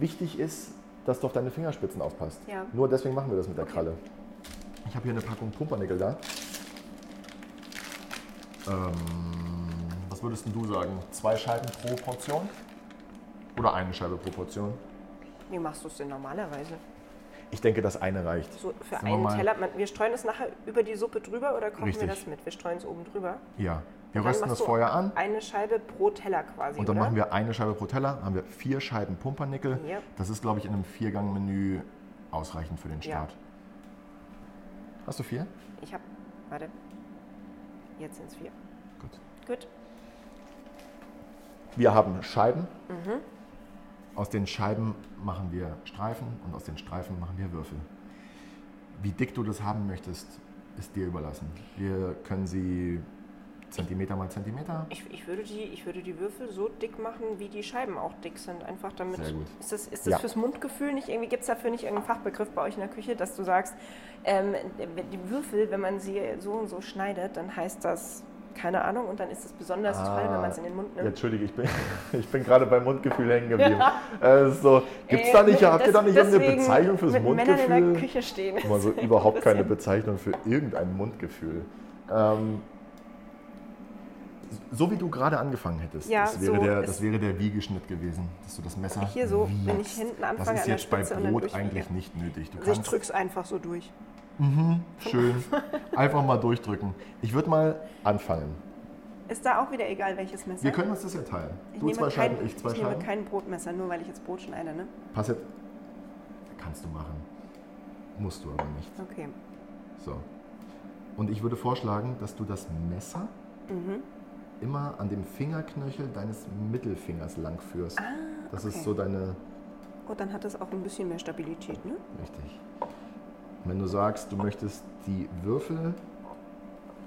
Speaker 3: wichtig ist, dass du auf deine Fingerspitzen aufpasst.
Speaker 2: Ja.
Speaker 3: Nur deswegen machen wir das mit der
Speaker 2: Okay.
Speaker 3: Kralle. Ich habe hier eine Packung Pumpernickel da. Ähm, was würdest denn du sagen? Zwei Scheiben pro Portion? Oder eine Scheibe pro Portion?
Speaker 2: Wie machst du es denn normalerweise?
Speaker 3: Ich denke, das eine reicht.
Speaker 2: So für
Speaker 3: Sagen wir
Speaker 2: einen
Speaker 3: mal-
Speaker 2: Teller. Man, wir streuen es nachher über die Suppe drüber oder kochen wir
Speaker 3: Richtig.
Speaker 2: das mit? Wir streuen es oben drüber.
Speaker 3: Ja. Wir
Speaker 2: Dann
Speaker 3: rösten
Speaker 2: machst
Speaker 3: das
Speaker 2: du
Speaker 3: Feuer an.
Speaker 2: Eine Scheibe pro Teller quasi.
Speaker 3: Und dann
Speaker 2: oder?
Speaker 3: machen wir eine Scheibe pro Teller, haben wir vier Scheiben Pumpernickel.
Speaker 2: Ja.
Speaker 3: Das ist, glaube ich, in einem Viergang-Menü ausreichend für den
Speaker 2: Ja.
Speaker 3: Start. Hast du vier?
Speaker 2: Ich habe. Warte. Jetzt sind es vier.
Speaker 3: Gut.
Speaker 2: Gut.
Speaker 3: Wir haben Scheiben.
Speaker 2: Mhm.
Speaker 3: Aus den Scheiben machen wir Streifen und aus den Streifen machen wir Würfel. Wie dick du das haben möchtest, ist dir überlassen. Wir können sie Zentimeter mal Zentimeter.
Speaker 2: Ich, ich, würde die, ich würde die Würfel so dick machen, wie die Scheiben auch dick sind. Einfach damit.
Speaker 3: Sehr gut.
Speaker 2: Ist das, ist das
Speaker 3: Ja.
Speaker 2: fürs Mundgefühl nicht irgendwie? Gibt es dafür nicht irgendeinen Fachbegriff bei euch in der Küche, dass du sagst, ähm, die Würfel, wenn man sie so und so schneidet, dann heißt das. Keine Ahnung, und dann ist es besonders
Speaker 3: Ah,
Speaker 2: toll, wenn man es in den Mund
Speaker 3: Ja,
Speaker 2: nimmt.
Speaker 3: Entschuldige, ich bin, ich bin gerade beim Mundgefühl hängen geblieben. Äh, so, gibt's da nicht,
Speaker 2: Äh,
Speaker 3: habt ihr da nicht
Speaker 2: des-
Speaker 3: irgendeine
Speaker 2: deswegen
Speaker 3: Bezeichnung fürs
Speaker 2: mit
Speaker 3: Mundgefühl?
Speaker 2: Männern in der Küche stehen.
Speaker 3: Mal so überhaupt
Speaker 2: Ein bisschen.
Speaker 3: keine Bezeichnung für irgendein Mundgefühl. Ähm, so wie du gerade angefangen hättest,
Speaker 2: Ja,
Speaker 3: das, wäre
Speaker 2: so
Speaker 3: der,
Speaker 2: ist-
Speaker 3: das wäre der Wiegeschnitt gewesen, dass du das Messer
Speaker 2: Hier so, wenn ich
Speaker 3: wiegst.
Speaker 2: hinten
Speaker 3: Das
Speaker 2: anfange
Speaker 3: ist
Speaker 2: an der
Speaker 3: jetzt bei
Speaker 2: Spitze und dann
Speaker 3: Brot
Speaker 2: durchwiege.
Speaker 3: eigentlich nicht nötig. Du
Speaker 2: Also ich
Speaker 3: kannst
Speaker 2: drück's einfach so durch.
Speaker 3: schön einfach mal durchdrücken. Ich würde mal anfangen.
Speaker 2: Ist da auch wieder egal, welches Messer.
Speaker 3: Wir können uns das ja teilen.
Speaker 2: ich
Speaker 3: Du
Speaker 2: nehme
Speaker 3: zwei Scheiben,
Speaker 2: kein,
Speaker 3: ich zwei
Speaker 2: nehme
Speaker 3: Scheiben.
Speaker 2: kein Brotmesser, nur weil ich jetzt Brot schneide, ne?
Speaker 3: Pass jetzt. Kannst du machen. Musst du aber nicht.
Speaker 2: Okay.
Speaker 3: So. Und ich würde vorschlagen, dass du das Messer
Speaker 2: Mhm.
Speaker 3: immer an dem Fingerknöchel deines Mittelfingers lang führst. Das ist
Speaker 2: Ah, okay.
Speaker 3: so deine.
Speaker 2: Und dann hat das auch ein bisschen mehr Stabilität, ne?
Speaker 3: Richtig. Wenn du sagst, du möchtest die Würfel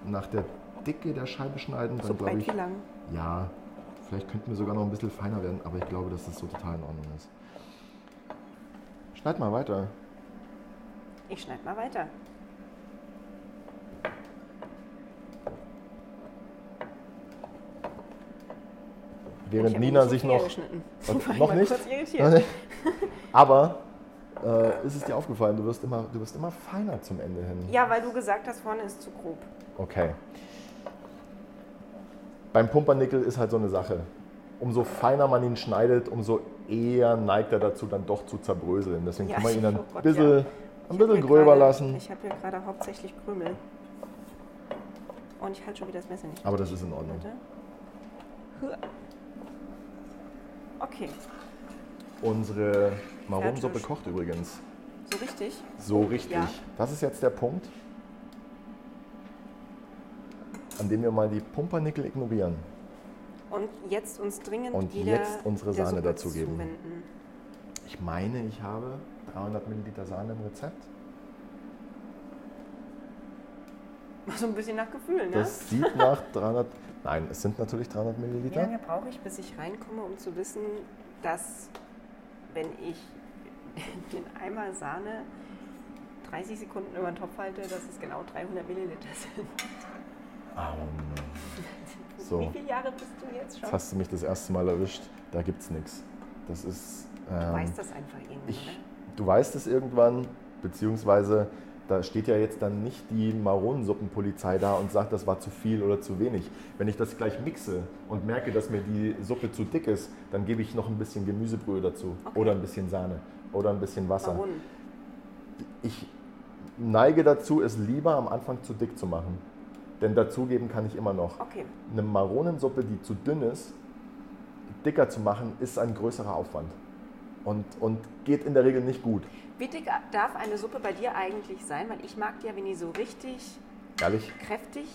Speaker 3: nach der Dicke der Scheibe schneiden, dann
Speaker 2: So
Speaker 3: glaube
Speaker 2: breit
Speaker 3: ich.
Speaker 2: wie lang.
Speaker 3: Ja, vielleicht könnten wir sogar noch ein bisschen feiner werden, aber ich glaube, dass das so total in Ordnung ist. Schneid mal weiter.
Speaker 2: Ich schneide mal weiter. Ich
Speaker 3: Während
Speaker 2: hab
Speaker 3: Nina
Speaker 2: nicht so
Speaker 3: sich
Speaker 2: viel
Speaker 3: noch.
Speaker 2: geschnitten.
Speaker 3: Und
Speaker 2: War ich
Speaker 3: noch
Speaker 2: mal
Speaker 3: nicht?
Speaker 2: kurz irritiert.
Speaker 3: Noch nicht? Also, Aber äh, ist es dir aufgefallen, du wirst, immer, du wirst immer feiner zum Ende hin.
Speaker 2: Ja, weil du gesagt hast, vorne ist zu grob.
Speaker 3: Okay. Beim Pumpernickel ist halt so eine Sache. umso feiner man ihn schneidet, umso eher neigt er dazu, dann doch zu zerbröseln. Deswegen
Speaker 2: Ja,
Speaker 3: kann man ihn
Speaker 2: oh
Speaker 3: ein
Speaker 2: Gott,
Speaker 3: bisschen,
Speaker 2: ja.
Speaker 3: ein
Speaker 2: hab
Speaker 3: bisschen
Speaker 2: hier
Speaker 3: gröber
Speaker 2: gerade-
Speaker 3: lassen.
Speaker 2: Ich habe hier gerade hauptsächlich Krümel. Und ich halte schon wieder das Messer nicht.
Speaker 3: Aber das ist in Ordnung.
Speaker 2: Warte. Hua. Okay,
Speaker 3: Unsere Marumsuppe
Speaker 2: Fertig.
Speaker 3: kocht übrigens
Speaker 2: so richtig.
Speaker 3: so richtig.
Speaker 2: Ja.
Speaker 3: Das ist jetzt der Punkt, an dem wir mal die Pumpernickel ignorieren.
Speaker 2: Und jetzt uns dringend
Speaker 3: Und
Speaker 2: wieder
Speaker 3: jetzt unsere
Speaker 2: der
Speaker 3: Sahne
Speaker 2: Suppe
Speaker 3: dazugeben.
Speaker 2: zuwenden.
Speaker 3: Ich meine, ich habe 300 Milliliter Sahne im Rezept.
Speaker 2: So ein bisschen nach Gefühl, ne?
Speaker 3: Das sieht nach 300. Nein, es sind natürlich 300
Speaker 2: Wie
Speaker 3: Milliliter.
Speaker 2: lange brauche ich, bis ich reinkomme, um zu wissen, dass, wenn ich den Eimer Sahne 30 Sekunden über den Topf halte, dass es genau 300 Milliliter sind? Wie
Speaker 3: Oh So,
Speaker 2: viele Jahre bist du jetzt schon?
Speaker 3: jetzt hast du mich das erste Mal erwischt. Da gibt's nichts. Das ist.
Speaker 2: Du
Speaker 3: ähm,
Speaker 2: weißt das einfach irgendwie,
Speaker 3: Ich,
Speaker 2: ne?
Speaker 3: du weißt es irgendwann, beziehungsweise da steht ja jetzt dann nicht die Maronensuppenpolizei da und sagt, das war zu viel oder zu wenig. Wenn ich das gleich mixe und merke, dass mir die Suppe zu dick ist, dann gebe ich noch ein bisschen Gemüsebrühe dazu
Speaker 2: Okay.
Speaker 3: oder ein bisschen Sahne oder ein bisschen Wasser.
Speaker 2: Warum?
Speaker 3: Ich neige dazu, es lieber am Anfang zu dick zu machen. Denn dazugeben kann ich immer noch.
Speaker 2: Okay,
Speaker 3: Eine Maronensuppe, die zu dünn ist, dicker zu machen, ist ein größerer Aufwand. Und, und geht in der Regel nicht gut.
Speaker 2: wie dick darf eine Suppe bei dir eigentlich sein? Weil ich mag die ja, wenn die so richtig
Speaker 3: Ehrlich?
Speaker 2: kräftig,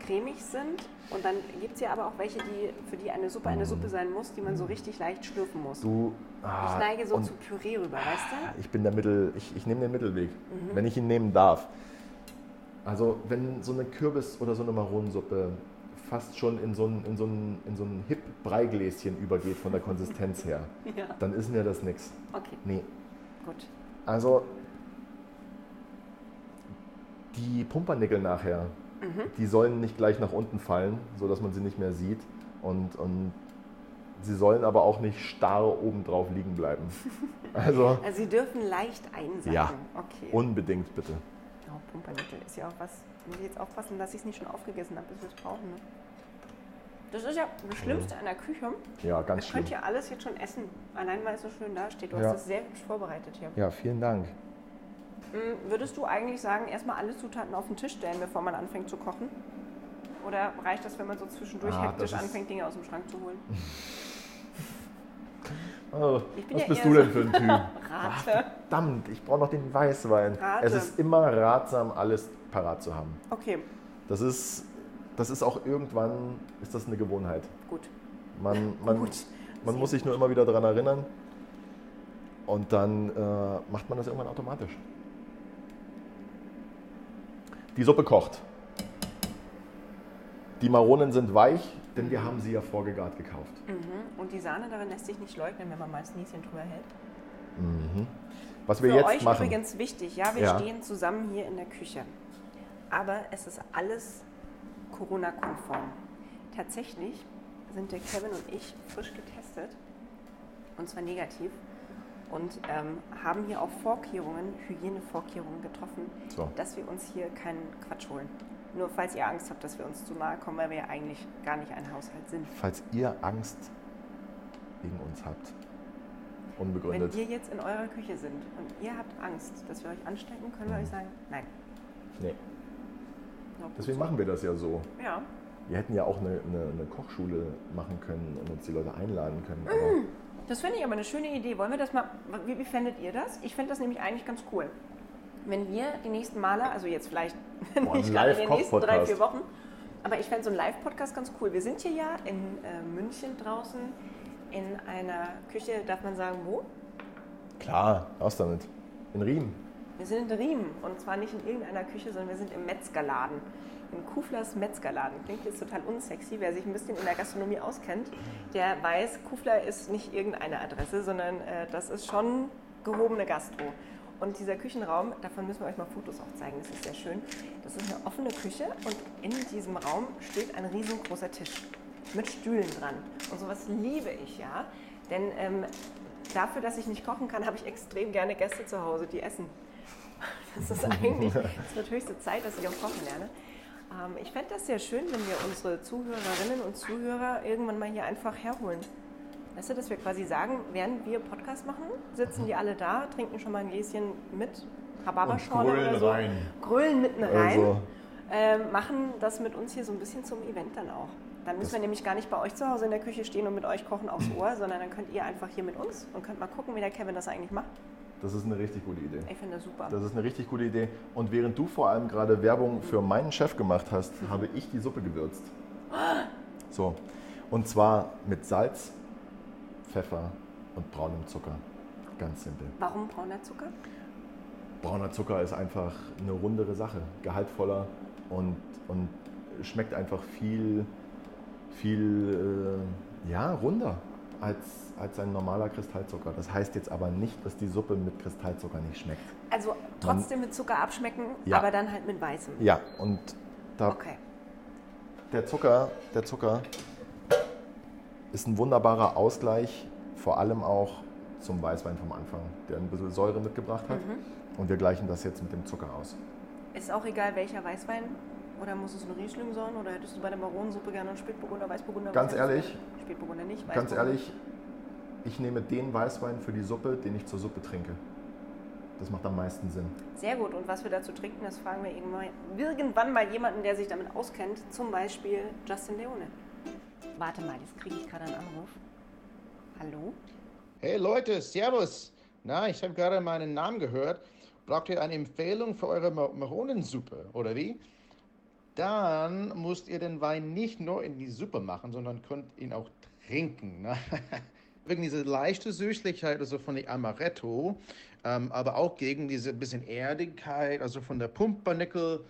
Speaker 2: cremig sind. Und dann gibt es ja aber auch welche, die, für die eine Suppe eine
Speaker 3: Mhm.
Speaker 2: Suppe sein muss, die man so richtig leicht schlürfen muss.
Speaker 3: Du.
Speaker 2: ich
Speaker 3: ah,
Speaker 2: neige so
Speaker 3: und Ah.
Speaker 2: zu Püree rüber, weißt du?
Speaker 3: Ich bin der Mittel. Ich, ich nehme den Mittelweg, wenn ich ihn nehmen darf. Also, wenn so eine Kürbis- oder so eine Maronensuppe fast schon in so ein, in so ein, in so ein Hip-Breigläschen übergeht von der Konsistenz her,
Speaker 2: Ja.
Speaker 3: dann ist mir das nix.
Speaker 2: Okay,
Speaker 3: Nee.
Speaker 2: gut.
Speaker 3: Also, die Pumpernickel nachher, die sollen nicht gleich nach unten fallen, sodass man sie nicht mehr sieht. Und, und sie sollen aber auch nicht starr obendrauf liegen bleiben. Also,
Speaker 2: Also Sie dürfen leicht einsacken.
Speaker 3: Ja.
Speaker 2: Okay.
Speaker 3: unbedingt bitte.
Speaker 2: oh, Pumpernickel ist ja auch was. Muss ich jetzt aufpassen, dass ich es nicht schon aufgegessen habe, bis wir es brauchen. Ne? Das ist ja das Schlimmste an der Küche.
Speaker 3: Ja,
Speaker 2: Ihr
Speaker 3: Mhm. ganz schön.
Speaker 2: könnt ja alles jetzt schon essen, allein weil es so schön dasteht. Du
Speaker 3: Ja.
Speaker 2: hast das sehr hübsch vorbereitet hier.
Speaker 3: Ja, vielen Dank.
Speaker 2: Mm, Würdest du eigentlich sagen, erstmal alle Zutaten auf den Tisch stellen, bevor man anfängt zu kochen? Oder reicht das, wenn man so zwischendurch
Speaker 3: Ah,
Speaker 2: hektisch
Speaker 3: das ist-
Speaker 2: anfängt, Dinge aus dem Schrank zu holen?
Speaker 3: Oh,
Speaker 2: Ich bin
Speaker 3: was
Speaker 2: ja
Speaker 3: bist
Speaker 2: eher
Speaker 3: du
Speaker 2: so-
Speaker 3: denn für ein Typ?
Speaker 2: Rate.
Speaker 3: Verdammt, ich brauche noch den Weißwein.
Speaker 2: Rate.
Speaker 3: Es ist immer ratsam, alles parat zu haben.
Speaker 2: Okay,
Speaker 3: Das ist, das ist auch irgendwann, ist das eine Gewohnheit.
Speaker 2: gut.
Speaker 3: Man, man,
Speaker 2: Gut.
Speaker 3: man muss sich nur immer wieder daran erinnern. Und dann äh, macht man das irgendwann automatisch. Die Suppe kocht. Die Maronen sind weich, denn wir haben sie ja vorgegart gekauft.
Speaker 2: Und die Sahne darin lässt sich nicht leugnen, wenn man mal das Nieschen drüber hält.
Speaker 3: Mhm. Was wir
Speaker 2: Für
Speaker 3: jetzt
Speaker 2: euch
Speaker 3: machen.
Speaker 2: übrigens wichtig, ja, wir
Speaker 3: Ja.
Speaker 2: stehen zusammen hier in der Küche. Aber es ist alles Corona-konform. Tatsächlich sind der Kevin und ich frisch getestet, und zwar negativ, und ähm, haben hier auch Vorkehrungen, Hygienevorkehrungen getroffen,
Speaker 3: So.
Speaker 2: dass wir uns hier keinen Quatsch holen. Nur falls ihr Angst habt, dass wir uns zu nahe kommen, weil wir ja eigentlich gar nicht ein Haushalt sind.
Speaker 3: Falls ihr Angst wegen uns habt,
Speaker 2: Wenn
Speaker 3: unbegründet.
Speaker 2: wir jetzt in eurer Küche sind und ihr habt Angst, dass wir euch anstecken, können wir euch sagen, nein.
Speaker 3: Mhm. Nee.
Speaker 2: No gut.
Speaker 3: Deswegen machen wir das ja so.
Speaker 2: Ja,
Speaker 3: Wir hätten ja auch eine, eine, eine Kochschule machen können und uns die Leute einladen können. Aber
Speaker 2: das finde ich aber eine schöne Idee. Wollen wir das mal, wie, wie fändet ihr das? Ich fände das nämlich eigentlich ganz cool. Wenn wir die nächsten Male, also jetzt vielleicht
Speaker 3: Boah, ein
Speaker 2: nicht gerade in den nächsten drei,
Speaker 3: Live-Koch-Podcast.
Speaker 2: vier Wochen, aber ich fände so einen Live-Podcast ganz cool. Wir sind hier ja in äh, München draußen in einer Küche, darf man sagen, wo?
Speaker 3: Klar, aus damit. In Riem.
Speaker 2: Wir sind in Riem und zwar nicht in irgendeiner Küche, sondern wir sind im Metzgerladen. In Kuflers Metzgerladen. Klingt jetzt total unsexy. Wer sich ein bisschen in der Gastronomie auskennt, der weiß, Kufler ist nicht irgendeine Adresse, sondern äh, das ist schon gehobene Gastro. Und dieser Küchenraum, davon müssen wir euch mal Fotos auch zeigen, das ist sehr schön. Das ist eine offene Küche und in diesem Raum steht ein riesengroßer Tisch mit Stühlen dran. Und sowas liebe ich ja, denn ähm, dafür, dass ich nicht kochen kann, habe ich extrem gerne Gäste zu Hause, die essen. Das ist eigentlich, es wird höchste Zeit, dass ich auch kochen lerne. Ähm, ich fände das sehr schön, wenn wir unsere Zuhörerinnen und Zuhörer irgendwann mal hier einfach herholen. Weißt du, dass wir quasi sagen, während wir Podcast machen, sitzen die alle da, trinken schon mal ein Gläschen mit Rhabarberschorle
Speaker 3: Und grölen
Speaker 2: oder so.
Speaker 3: rein.
Speaker 2: Grölen mitten rein.
Speaker 3: Also.
Speaker 2: Ähm, machen das mit uns hier so ein bisschen zum Event dann auch. Dann müssen wir nämlich gar nicht bei euch zu Hause in der Küche stehen und mit euch kochen aufs Ohr, sondern dann könnt ihr einfach hier mit uns und könnt mal gucken, wie der Kevin das eigentlich macht.
Speaker 3: Das ist eine richtig gute Idee.
Speaker 2: Ich finde das super.
Speaker 3: Das ist eine richtig gute Idee. Und während du vor allem gerade Werbung für meinen Chef gemacht hast, habe ich die Suppe gewürzt. So. Und zwar mit Salz, Pfeffer und braunem Zucker. Ganz simpel.
Speaker 2: Warum brauner Zucker?
Speaker 3: Brauner Zucker ist einfach eine rundere Sache, gehaltvoller und, und schmeckt einfach viel, viel äh, ja, runder als, als ein normaler Kristallzucker. Das heißt jetzt aber nicht, dass die Suppe mit Kristallzucker nicht schmeckt.
Speaker 2: Also trotzdem mit Zucker abschmecken,
Speaker 3: Ja.
Speaker 2: aber dann halt mit weißem.
Speaker 3: Ja, und da
Speaker 2: Okay.
Speaker 3: der Zucker, der Zucker ist ein wunderbarer Ausgleich, vor allem auch zum Weißwein vom Anfang, der ein bisschen Säure mitgebracht hat. Und wir gleichen das jetzt mit dem Zucker aus.
Speaker 2: Ist auch egal welcher Weißwein oder muss es ein Riesling sein oder hättest du bei der Baronensuppe gerne einen Spätburgunder, Weißburgunder?
Speaker 3: Ganz
Speaker 2: was hättest du
Speaker 3: ehrlich,
Speaker 2: gerne? Spätburgunder nicht.
Speaker 3: Ganz
Speaker 2: Weißburgunder.
Speaker 3: ehrlich, ich nehme den Weißwein für die Suppe, den ich zur Suppe trinke. Das macht am meisten Sinn.
Speaker 2: Sehr gut. Und was wir dazu trinken, das fragen wir irgendwann, irgendwann mal jemanden, der sich damit auskennt. Zum Beispiel Justin Leone. Warte mal, jetzt kriege ich gerade einen Anruf. Hallo?
Speaker 4: Hey Leute, Servus. Na, ich habe gerade meinen Namen gehört. Braucht ihr eine Empfehlung für eure Ma- Maronensuppe, oder wie? Dann müsst ihr den Wein nicht nur in die Suppe machen, sondern könnt ihn auch trinken. Ne? Wegen dieser leichte Süßlichkeit, also von der Amaretto, ähm, aber auch gegen diese bisschen Erdigkeit, also von der Pumpernickel.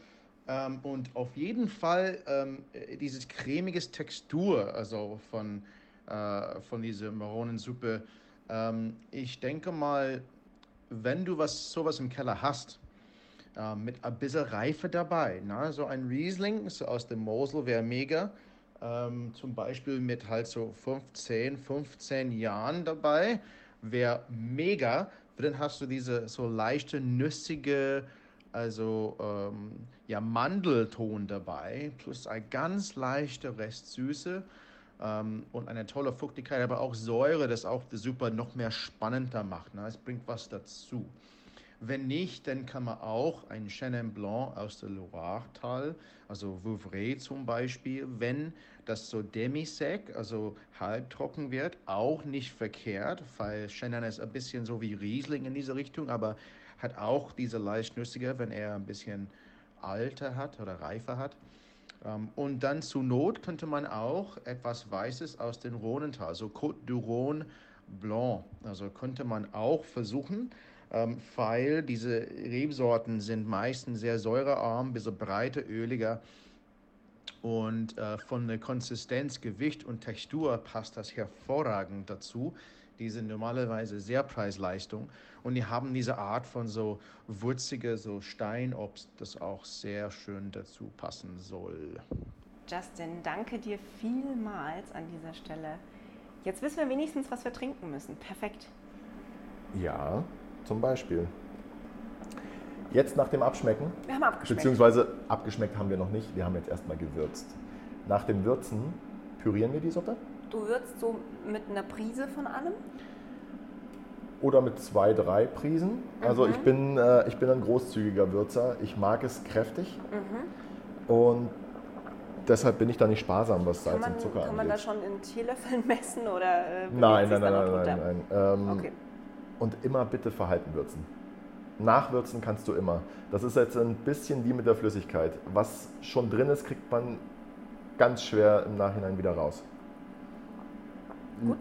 Speaker 4: Ähm, und auf jeden Fall ähm, äh, dieses cremiges Textur, also von, äh, von dieser Maronensuppe. Ähm, ich denke mal, wenn du was, sowas im Keller hast, äh, mit ein bisschen Reife dabei, ne? so ein Riesling so aus dem Mosel wäre mega. Ähm, zum Beispiel mit halt so 15, 15 Jahren dabei wäre mega. Weil Dann hast du diese so leichte, nüssige, also ähm, ja, Mandelton dabei, plus ein ganz leichter Rest Süße ähm, und eine tolle Fruchtigkeit, aber auch Säure, das auch die Suppe noch mehr spannender macht. Ne? Es bringt was dazu. Wenn nicht, dann kann man auch einen Chenin Blanc aus der Loire-Tal, also Vouvray zum Beispiel, wenn das so demi-sec, also halbtrocken wird, auch nicht verkehrt, weil Chenin ist ein bisschen so wie Riesling in diese Richtung, aber hat auch diese leicht nüssige, wenn er ein bisschen Alter hat oder Reife hat. Ähm, und dann zur Not könnte man auch etwas Weißes aus dem Rhonental, so also Côte du Rhône Blanc. Also könnte man auch versuchen, ähm, weil diese Rebsorten sind meistens sehr säurearm, bisschen breiter, öliger. Und äh, von der Konsistenz, Gewicht und Textur passt das hervorragend dazu. Die sind normalerweise sehr Preisleistung und die haben diese Art von so wurzige, so Steinobst, das auch sehr schön dazu passen soll.
Speaker 2: Justin, danke dir vielmals an dieser Stelle. Jetzt wissen wir wenigstens, was wir trinken müssen. Perfekt.
Speaker 3: Ja, zum Beispiel. Jetzt nach dem Abschmecken,
Speaker 2: Wir haben abgeschmeckt.
Speaker 3: beziehungsweise abgeschmeckt haben wir noch nicht, wir haben jetzt erstmal gewürzt. Nach dem Würzen pürieren wir die Suppe
Speaker 2: du würzt so mit einer Prise von allem?
Speaker 3: oder mit zwei, drei Prisen.
Speaker 2: Mhm.
Speaker 3: Also ich, bin, äh, ich bin ein großzügiger Würzer, ich mag es kräftig und deshalb bin ich da nicht sparsam, was
Speaker 2: Mhm. Kann
Speaker 3: Salz
Speaker 2: man,
Speaker 3: und Zucker
Speaker 2: kann man
Speaker 3: angeht.
Speaker 2: das schon in Teelöffeln messen oder äh, bewegt
Speaker 3: Nein,
Speaker 2: sich's
Speaker 3: nein, nein,
Speaker 2: dann auch
Speaker 3: nein, nein,
Speaker 2: drunter?
Speaker 3: nein. Ähm,
Speaker 2: Okay.
Speaker 3: Und immer bitte verhalten würzen. Nachwürzen kannst du immer. Das ist jetzt ein bisschen wie mit der Flüssigkeit. Was schon drin ist, kriegt man ganz schwer im Nachhinein wieder raus.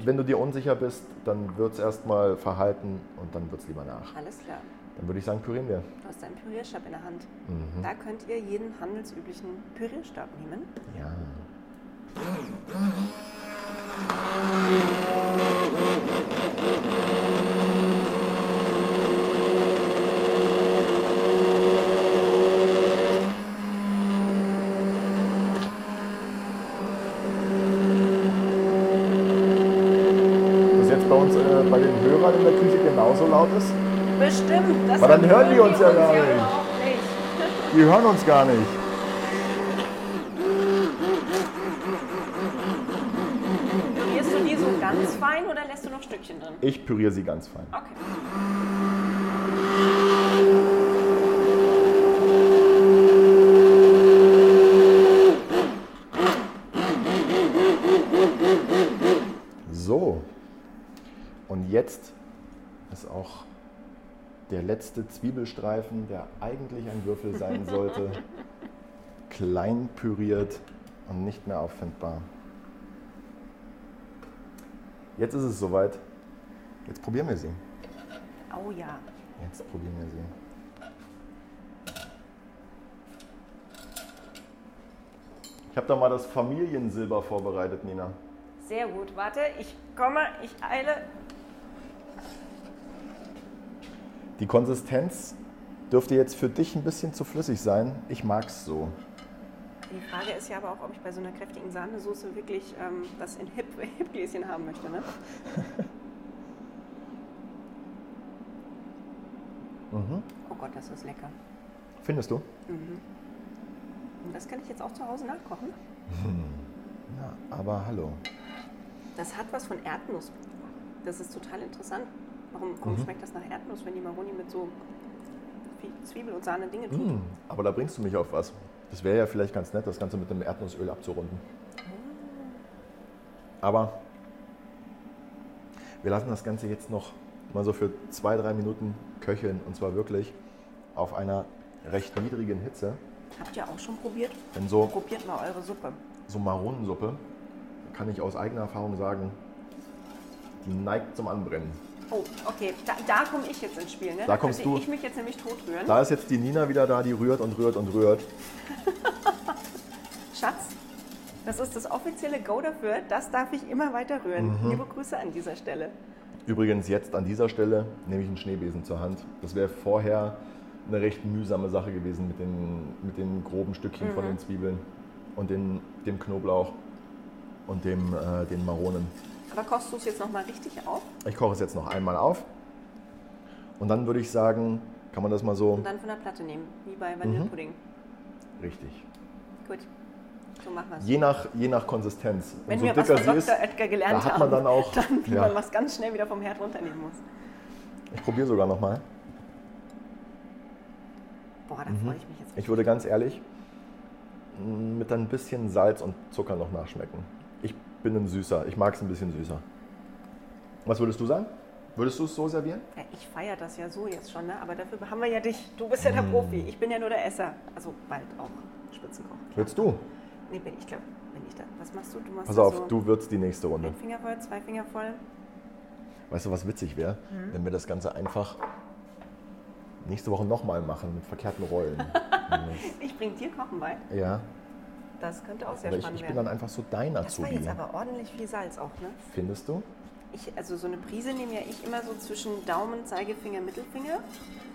Speaker 3: Wenn du dir unsicher bist, dann würz erstmal verhalten und dann würz lieber nach.
Speaker 2: Alles klar.
Speaker 3: Dann würde ich sagen, pürieren wir.
Speaker 2: Du hast einen Pürierstab in der Hand.
Speaker 3: Mhm.
Speaker 2: Da könnt ihr jeden handelsüblichen Pürierstab nehmen.
Speaker 3: Ja. Das jetzt bei uns äh, bei den Hörern in der Küche genauso laut ist?
Speaker 2: Bestimmt. Das
Speaker 3: Aber dann hören die
Speaker 2: hören
Speaker 3: uns ja gar nicht.
Speaker 2: überhaupt nicht.
Speaker 3: Die hören uns gar nicht.
Speaker 2: Probierst du die so ganz fein oder lässt du noch Stückchen drin?
Speaker 3: Ich püriere sie ganz fein.
Speaker 2: Okay.
Speaker 3: So. Und jetzt ist auch der letzte Zwiebelstreifen, der eigentlich ein Würfel sein sollte, klein püriert und nicht mehr auffindbar. Jetzt ist es soweit. Jetzt probieren wir sie.
Speaker 2: Oh ja.
Speaker 3: Jetzt probieren wir sie. Ich habe da mal das Familiensilber vorbereitet, Nina.
Speaker 2: Sehr gut. Warte, ich komme, ich eile.
Speaker 3: Die Konsistenz dürfte jetzt für dich ein bisschen zu flüssig sein. Ich mag's so.
Speaker 2: Die Frage ist ja aber auch, ob ich bei so einer kräftigen Sahnesoße wirklich ähm, das in Hip- Hip-Gläschen haben möchte. Ne?
Speaker 3: Mhm.
Speaker 2: Oh Gott, das ist lecker.
Speaker 3: Findest du?
Speaker 2: Und das kann ich jetzt auch zu Hause nachkochen.
Speaker 3: Ja, aber hallo.
Speaker 2: Das hat was von Erdnuss. Das ist total interessant. Warum,
Speaker 3: Mhm.
Speaker 2: warum schmeckt das nach Erdnuss, wenn die Maroni mit so viel Zwiebel und Sahne Dinge tut?
Speaker 3: Hm, aber da bringst du mich auf was. Das wäre ja vielleicht ganz nett, das Ganze mit einem Erdnussöl abzurunden. Aber wir lassen das Ganze jetzt noch mal so für zwei, drei Minuten köcheln. Und zwar wirklich auf einer recht niedrigen Hitze.
Speaker 2: Habt ihr auch schon probiert?
Speaker 3: Denn so
Speaker 2: Probiert mal eure Suppe.
Speaker 3: so Maronensuppe, kann ich aus eigener Erfahrung sagen, die neigt zum Anbrennen.
Speaker 2: Oh, okay, da, da komme ich jetzt ins Spiel. Ne?
Speaker 3: Da kommst
Speaker 2: könnte
Speaker 3: du.
Speaker 2: ich mich jetzt nämlich tot rühren.
Speaker 3: Da ist jetzt die Nina wieder da, die rührt und rührt und rührt.
Speaker 2: Schatz, das ist das offizielle Go dafür. Das darf ich immer weiter rühren.
Speaker 3: Mhm.
Speaker 2: Liebe Grüße an dieser Stelle.
Speaker 3: Übrigens jetzt an dieser Stelle nehme ich einen Schneebesen zur Hand. Das wäre vorher eine recht mühsame Sache gewesen mit den, mit den groben Stückchen
Speaker 2: Mhm.
Speaker 3: von den Zwiebeln und den, dem Knoblauch und dem, äh, den Maronen.
Speaker 2: Aber kochst du es jetzt nochmal richtig auf
Speaker 3: Ich koche es jetzt noch einmal auf und dann würde ich sagen, kann man das mal so
Speaker 2: und dann von der Platte nehmen, wie bei Vanillepudding.
Speaker 3: Mhm. richtig.
Speaker 2: Gut, so machen wir es.
Speaker 3: Je nach, je nach Konsistenz.
Speaker 2: Wenn
Speaker 3: Umso
Speaker 2: wir was
Speaker 3: dicker
Speaker 2: von
Speaker 3: sie
Speaker 2: Dr.
Speaker 3: ist,
Speaker 2: Oetker gelernt
Speaker 3: da hat
Speaker 2: haben,
Speaker 3: man dann auch-
Speaker 2: dann, wie
Speaker 3: ja.
Speaker 2: man was ganz schnell wieder vom Herd runternehmen muss.
Speaker 3: Ich probiere sogar nochmal.
Speaker 2: Boah, da freue ich mich jetzt.
Speaker 3: Mhm. Ich würde ganz ehrlich m, mit ein bisschen Salz und Zucker noch nachschmecken. Ich bin ein Süßer. Ich mag es ein bisschen süßer. Was würdest du sagen? Würdest du es so servieren?
Speaker 2: Ja, ich feiere das ja so jetzt schon, ne? aber dafür haben wir ja dich. Du bist ja
Speaker 3: Mhm.
Speaker 2: der Profi, ich bin ja nur der Esser. Also bald auch Spitzenkoch.
Speaker 3: Willst du?
Speaker 2: Nee, bin ich glaube, bin ich da. Was machst du? Du machst
Speaker 3: Pass
Speaker 2: da
Speaker 3: auf,
Speaker 2: so Mhm.
Speaker 3: du wirst die nächste Runde.
Speaker 2: ein Finger voll, zwei Finger voll.
Speaker 3: Weißt du, was witzig wäre?
Speaker 2: Mhm.
Speaker 3: Wenn wir das Ganze einfach nächste Woche nochmal machen mit verkehrten Rollen.
Speaker 2: Ich bring dir Kochen bei.
Speaker 3: ja,
Speaker 2: Das könnte auch sehr
Speaker 3: aber ich,
Speaker 2: spannend
Speaker 3: ich bin
Speaker 2: werden.
Speaker 3: dann einfach so dein
Speaker 2: das war
Speaker 3: Azubi. ne?
Speaker 2: jetzt aber ordentlich viel Salz auch, ne?
Speaker 3: Findest du?
Speaker 2: Ich, also so eine Prise nehme ja ich immer so zwischen Daumen, Zeigefinger, Mittelfinger.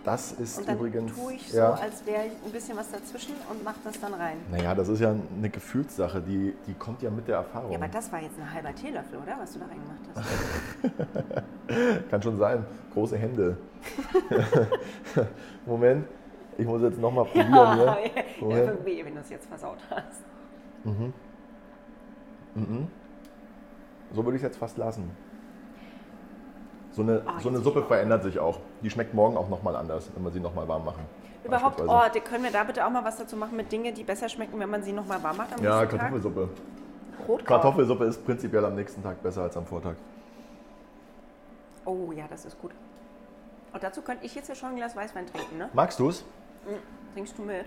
Speaker 3: Das ist
Speaker 2: Und dann
Speaker 3: übrigens.
Speaker 2: tue ich so, also als wäre ein bisschen was dazwischen und mache das dann rein.
Speaker 3: Naja, das ist ja eine Gefühlssache, die, die kommt ja mit der Erfahrung.
Speaker 2: Ja, aber das war jetzt ein halber Teelöffel, oder? Was du da reingemacht hast.
Speaker 3: Kann schon sein. Große Hände. Moment, ich muss jetzt nochmal probieren.
Speaker 2: ja,
Speaker 3: ne?
Speaker 2: ja, weh, wenn du es jetzt versaut hast.
Speaker 3: So würde ich es jetzt fast lassen. So eine,
Speaker 2: Ah,
Speaker 3: so eine
Speaker 2: jetzt-
Speaker 3: Suppe verändert sich auch. Die schmeckt morgen auch nochmal anders, wenn wir sie nochmal warm machen.
Speaker 2: Überhaupt, oh,
Speaker 3: beispielsweise.
Speaker 2: die- können wir da bitte auch mal was dazu machen mit Dingen, die besser schmecken, wenn man sie nochmal warm macht am
Speaker 3: Ja,
Speaker 2: nächsten
Speaker 3: Kartoffelsuppe.
Speaker 2: Oh. Tag? Rotkraut.
Speaker 3: Kartoffelsuppe ist prinzipiell am nächsten Tag besser als am Vortag.
Speaker 2: Oh ja, das ist gut. Und dazu könnte ich jetzt ja schon ein Glas Weißwein trinken, ne?
Speaker 3: Magst du es?
Speaker 2: Trinkst du mit?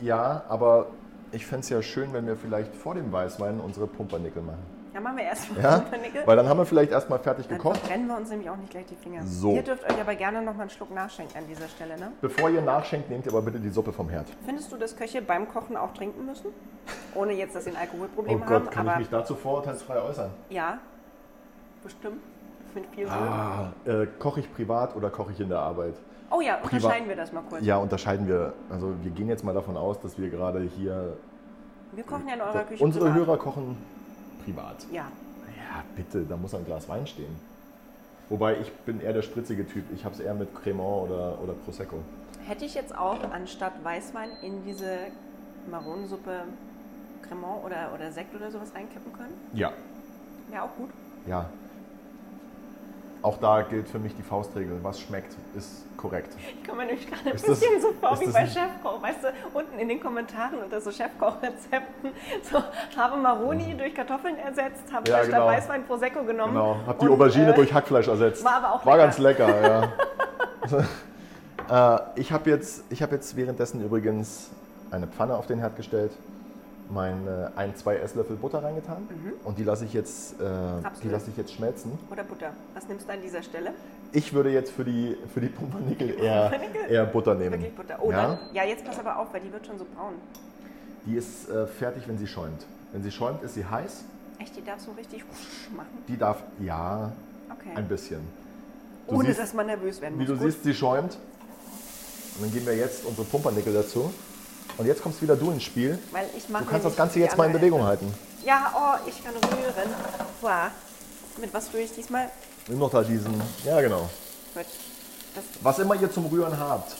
Speaker 3: Ja, aber ich fände es ja schön, wenn wir vielleicht vor dem Weißwein unsere Pumpernickel machen.
Speaker 2: Ja, machen wir erstmal
Speaker 3: Ja?
Speaker 2: Pumpernickel.
Speaker 3: Weil dann haben wir vielleicht erstmal fertig
Speaker 2: Dann
Speaker 3: gekocht.
Speaker 2: verbrennen wir uns nämlich auch nicht gleich die Finger.
Speaker 3: So.
Speaker 2: Ihr dürft euch aber gerne nochmal einen Schluck nachschenken an dieser Stelle, ne?
Speaker 3: Bevor ihr nachschenkt, nehmt ihr aber bitte die Suppe vom Herd.
Speaker 2: Findest du, dass Köche beim Kochen auch trinken müssen? Ohne jetzt, dass sie ein
Speaker 3: Oh
Speaker 2: Alkoholproblem haben,
Speaker 3: Gott, kann ich
Speaker 2: aber
Speaker 3: mich dazu vorurteilsfrei äußern?
Speaker 2: ja, bestimmt. Mit viel Mühe.
Speaker 3: Ah, äh, koche ich privat oder koche ich in der Arbeit?
Speaker 2: Oh ja, unterscheiden wir das mal kurz.
Speaker 3: Ja, unterscheiden wir. Also wir gehen jetzt mal davon aus, dass wir gerade hier...
Speaker 2: Wir kochen ja in eurer Küche.
Speaker 3: unsere
Speaker 2: privat.
Speaker 3: Hörer kochen privat.
Speaker 2: Ja,
Speaker 3: Ja, bitte, da muss ein Glas Wein stehen. Wobei, ich bin eher der spritzige Typ. Ich habe es eher mit Cremant oder, oder Prosecco.
Speaker 2: hätte ich jetzt auch anstatt Weißwein in diese Maronensuppe Cremant oder, oder Sekt oder sowas reinkippen können?
Speaker 3: Ja.
Speaker 2: Ja, auch gut.
Speaker 3: Ja. Auch da gilt für mich die Faustregel. Was schmeckt, ist korrekt.
Speaker 2: Ich komme mir nämlich gerade ein
Speaker 3: Ist das-
Speaker 2: bisschen so vor
Speaker 3: ist
Speaker 2: wie
Speaker 3: das
Speaker 2: bei
Speaker 3: nicht-
Speaker 2: Chefkoch, weißt du, unten in den Kommentaren unter so Chefkochrezepten. So, habe Maroni durch Kartoffeln ersetzt, habe
Speaker 3: Ja,
Speaker 2: statt
Speaker 3: genau.
Speaker 2: Weißwein Prosecco genommen.
Speaker 3: Genau. Hab die
Speaker 2: Und,
Speaker 3: Aubergine
Speaker 2: äh,
Speaker 3: durch Hackfleisch ersetzt.
Speaker 2: war aber auch
Speaker 3: War
Speaker 2: lecker.
Speaker 3: ganz lecker, ja. äh, ich habe jetzt, ich hab jetzt währenddessen übrigens eine Pfanne auf den Herd gestellt, meine ein, zwei Esslöffel Butter reingetan und die lasse ich, jetzt, äh, die
Speaker 2: Mhm. Absolut.
Speaker 3: lasse ich jetzt schmelzen.
Speaker 2: Oder Butter. Was nimmst du an dieser Stelle?
Speaker 3: Ich würde jetzt für die, für die Pumpernickel eher,
Speaker 2: Pumpernickel?
Speaker 3: eher Butter nehmen.
Speaker 2: Wirklich Butter. Oh,
Speaker 3: ja?
Speaker 2: dann, ja, jetzt pass aber auf, weil die wird schon so braun.
Speaker 3: Die ist äh, fertig, wenn sie schäumt. Wenn sie schäumt, ist sie heiß.
Speaker 2: Echt, die darf so richtig machen.
Speaker 3: Die darf, ja, ein
Speaker 2: Okay.
Speaker 3: bisschen. Du
Speaker 2: Ohne
Speaker 3: siehst-
Speaker 2: dass man nervös werden
Speaker 3: Wie
Speaker 2: muss.
Speaker 3: du
Speaker 2: Gut.
Speaker 3: siehst, sie schäumt. Und dann geben wir jetzt unsere Pumpernickel dazu. Und jetzt kommst wieder du ins Spiel.
Speaker 2: Weil ich mache
Speaker 3: Du kannst das
Speaker 2: nämlich
Speaker 3: Ganze
Speaker 2: die
Speaker 3: jetzt mal in
Speaker 2: andere
Speaker 3: Bewegung halten.
Speaker 2: Hälfte. Ja, oh, ich kann rühren. Wow. Mit was rühre ich diesmal?
Speaker 3: Nimm noch da diesen. Ja, genau.
Speaker 2: Gut. Das
Speaker 3: Was immer ihr zum Rühren habt.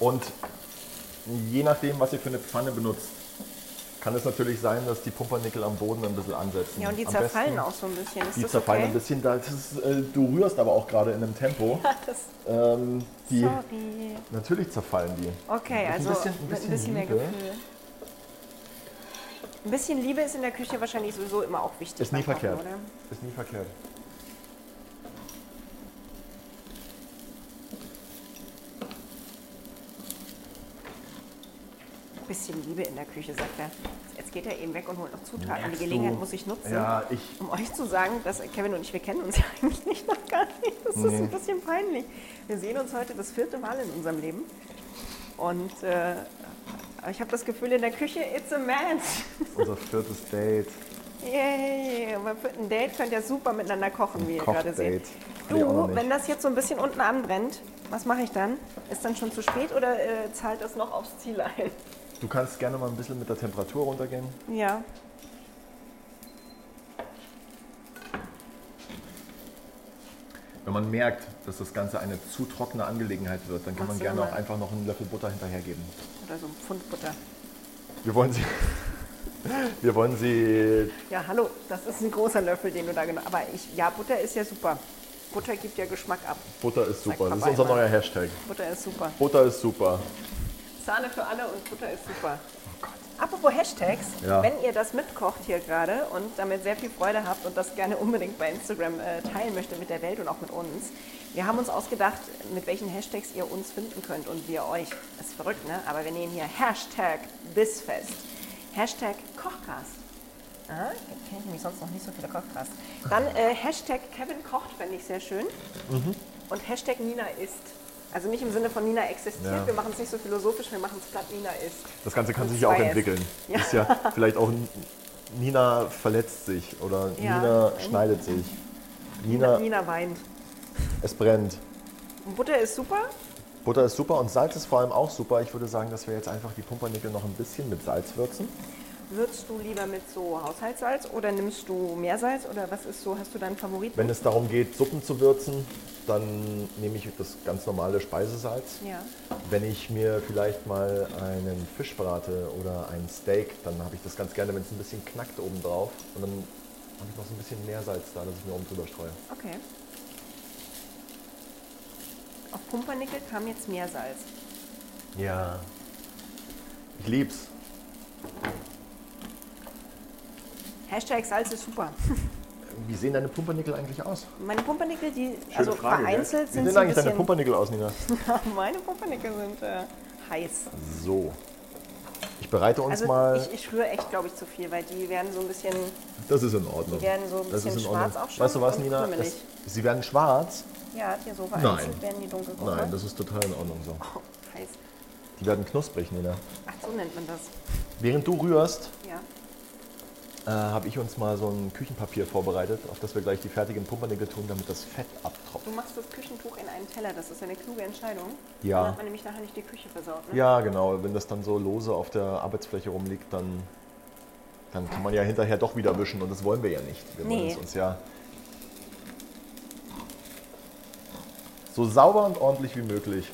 Speaker 3: Und je nachdem, was ihr für eine Pfanne benutzt, kann es natürlich sein, dass die Pumpernickel am Boden ein bisschen ansetzen.
Speaker 2: Ja, und die
Speaker 3: am
Speaker 2: zerfallen
Speaker 3: besten-
Speaker 2: auch so ein bisschen. Ist
Speaker 3: Die
Speaker 2: das
Speaker 3: zerfallen
Speaker 2: okay?
Speaker 3: ein bisschen. Das ist, äh, du rührst aber auch gerade in einem Tempo.
Speaker 2: Das,
Speaker 3: Ähm, die,
Speaker 2: sorry.
Speaker 3: natürlich zerfallen die.
Speaker 2: Okay,
Speaker 3: Ein
Speaker 2: also
Speaker 3: bisschen- ein
Speaker 2: mit
Speaker 3: bisschen
Speaker 2: ein bisschen mehr
Speaker 3: Liebe.
Speaker 2: Gefühl. Ein bisschen Liebe ist in der Küche wahrscheinlich sowieso immer auch wichtig.
Speaker 3: Ist nie
Speaker 2: beim Kochen,
Speaker 3: verkehrt.
Speaker 2: oder?
Speaker 3: Ist nie verkehrt.
Speaker 2: Ein bisschen Liebe in der Küche, sagt er. Jetzt geht er eben weg und holt noch Zutaten.
Speaker 3: Merkst
Speaker 2: die Gelegenheit
Speaker 3: du-
Speaker 2: muss ich nutzen.
Speaker 3: Ja, ich.
Speaker 2: Um euch zu sagen, dass Kevin und ich, wir kennen uns ja eigentlich noch gar nicht. Das ist
Speaker 3: Nee.
Speaker 2: ein bisschen peinlich. Wir sehen uns heute das vierte Mal in unserem Leben. Und äh, ich habe das Gefühl, in der Küche, it's a match.
Speaker 3: Unser viertes Date.
Speaker 2: Yay, beim vierten Date könnt ihr super miteinander kochen, wie ihr gerade seht.
Speaker 3: Kochdate. Hatte ich auch noch
Speaker 2: Du,
Speaker 3: nicht.
Speaker 2: wenn das jetzt so ein bisschen unten anbrennt, was mache ich dann? Ist dann schon zu spät oder äh, zahlt das noch aufs Ziel ein?
Speaker 3: Du kannst gerne mal ein bisschen mit der Temperatur runtergehen.
Speaker 2: Ja.
Speaker 3: Wenn man merkt, dass das Ganze eine zu trockene Angelegenheit wird, dann kann
Speaker 2: Machst
Speaker 3: man
Speaker 2: du
Speaker 3: gerne auch
Speaker 2: nochmal.
Speaker 3: einfach noch einen Löffel Butter hinterhergeben.
Speaker 2: Oder so ein Pfund Butter.
Speaker 3: Wir wollen sie. Wir wollen sie.
Speaker 2: Ja, hallo, das ist ein großer Löffel, den du da genommen hast. Aber ich, ja, Butter ist ja super. Butter gibt ja Geschmack ab.
Speaker 3: Butter ist super. Das ist
Speaker 2: Papa
Speaker 3: unser
Speaker 2: immer.
Speaker 3: neuer Hashtag.
Speaker 2: Butter ist super.
Speaker 3: Butter ist super.
Speaker 2: Sahne für alle und Butter ist super. Apropos Hashtags,
Speaker 3: Ja.
Speaker 2: wenn ihr das mitkocht hier gerade und damit sehr viel Freude habt und das gerne unbedingt bei Instagram äh, teilen möchtet mit der Welt und auch mit uns, wir haben uns ausgedacht, mit welchen Hashtags ihr uns finden könnt und wir euch. Das ist verrückt, ne? Aber wir nehmen hier Hashtag thisfest, Hashtag Kochcast. Ah, kenne ich nämlich sonst noch nicht so viele Kochcasts. Dann äh, Hashtag Kevin kocht, fände ich sehr schön.
Speaker 3: Mhm.
Speaker 2: Und Hashtag Nina ist. Also nicht im Sinne von Nina existiert,
Speaker 3: Ja.
Speaker 2: wir machen es nicht so philosophisch, wir machen es platt, Nina ist.
Speaker 3: Das Ganze kann
Speaker 2: Und
Speaker 3: sich ja auch
Speaker 2: zwei S.
Speaker 3: entwickeln.
Speaker 2: Ja.
Speaker 3: Ist ja vielleicht auch N- Nina verletzt sich oder
Speaker 2: Ja.
Speaker 3: Nina schneidet sich. Nina,
Speaker 2: Nina weint.
Speaker 3: es brennt.
Speaker 2: Und Butter ist super.
Speaker 3: Butter ist super und Salz ist vor allem auch super. Ich würde sagen, dass wir jetzt einfach die Pumpernickel noch ein bisschen mit Salz würzen.
Speaker 2: Würzt du lieber mit so Haushaltssalz oder nimmst du Meersalz oder was ist so? Hast du deinen Favoriten?
Speaker 3: Wenn es darum geht, Suppen zu würzen, dann nehme ich das ganz normale Speisesalz.
Speaker 2: ja.
Speaker 3: Wenn ich mir vielleicht mal einen Fisch brate oder ein Steak, dann habe ich das ganz gerne, wenn es ein bisschen knackt obendrauf. Und dann habe ich noch so ein bisschen Meersalz da, das ich mir oben drüber streue.
Speaker 2: Okay. Auf Pumpernickel kam jetzt Meersalz.
Speaker 3: Ja. Ich lieb's.
Speaker 2: Hashtag Salz ist super.
Speaker 3: Wie sehen deine Pumpernickel eigentlich aus?
Speaker 2: Meine Pumpernickel, die also vereinzelt
Speaker 3: Wie
Speaker 2: sind, sie
Speaker 3: sehen
Speaker 2: ein
Speaker 3: eigentlich deine
Speaker 2: bisschen.
Speaker 3: Pumpernickel aus, Nina?
Speaker 2: Meine Pumpernickel sind äh, heiß.
Speaker 3: So. Ich bereite uns
Speaker 2: Also
Speaker 3: mal.
Speaker 2: ich, ich rühre echt, glaube ich, zu viel, weil die werden so ein bisschen.
Speaker 3: Das ist in Ordnung.
Speaker 2: Die werden so ein
Speaker 3: das
Speaker 2: bisschen
Speaker 3: ist in Ordnung.
Speaker 2: schwarz auch schon
Speaker 3: Weißt du was,
Speaker 2: und
Speaker 3: Nina?
Speaker 2: krümelig.
Speaker 3: Es- sie werden schwarz?
Speaker 2: Ja, hier so vereinzelt
Speaker 3: Nein.
Speaker 2: werden die dunkel
Speaker 3: Nein, das ist total in Ordnung so.
Speaker 2: oh, heiß.
Speaker 3: Die werden knusprig, Nina.
Speaker 2: Ach, so nennt man das.
Speaker 3: Während du rührst,
Speaker 2: Ja.
Speaker 3: äh, habe ich uns mal so ein Küchenpapier vorbereitet, auf das wir gleich die fertigen Pumpernickel tun, damit das Fett abtropft.
Speaker 2: Du machst das Küchentuch in einen Teller, das ist eine kluge Entscheidung.
Speaker 3: Ja.
Speaker 2: Dann hat man nämlich nachher nicht die Küche versaut. Ne?
Speaker 3: Ja, genau. Wenn das dann so lose auf der Arbeitsfläche rumliegt, dann, dann kann man ja hinterher doch wieder wischen und das wollen wir ja nicht. Wir wollen
Speaker 2: Nee.
Speaker 3: es uns ja so sauber und ordentlich wie möglich,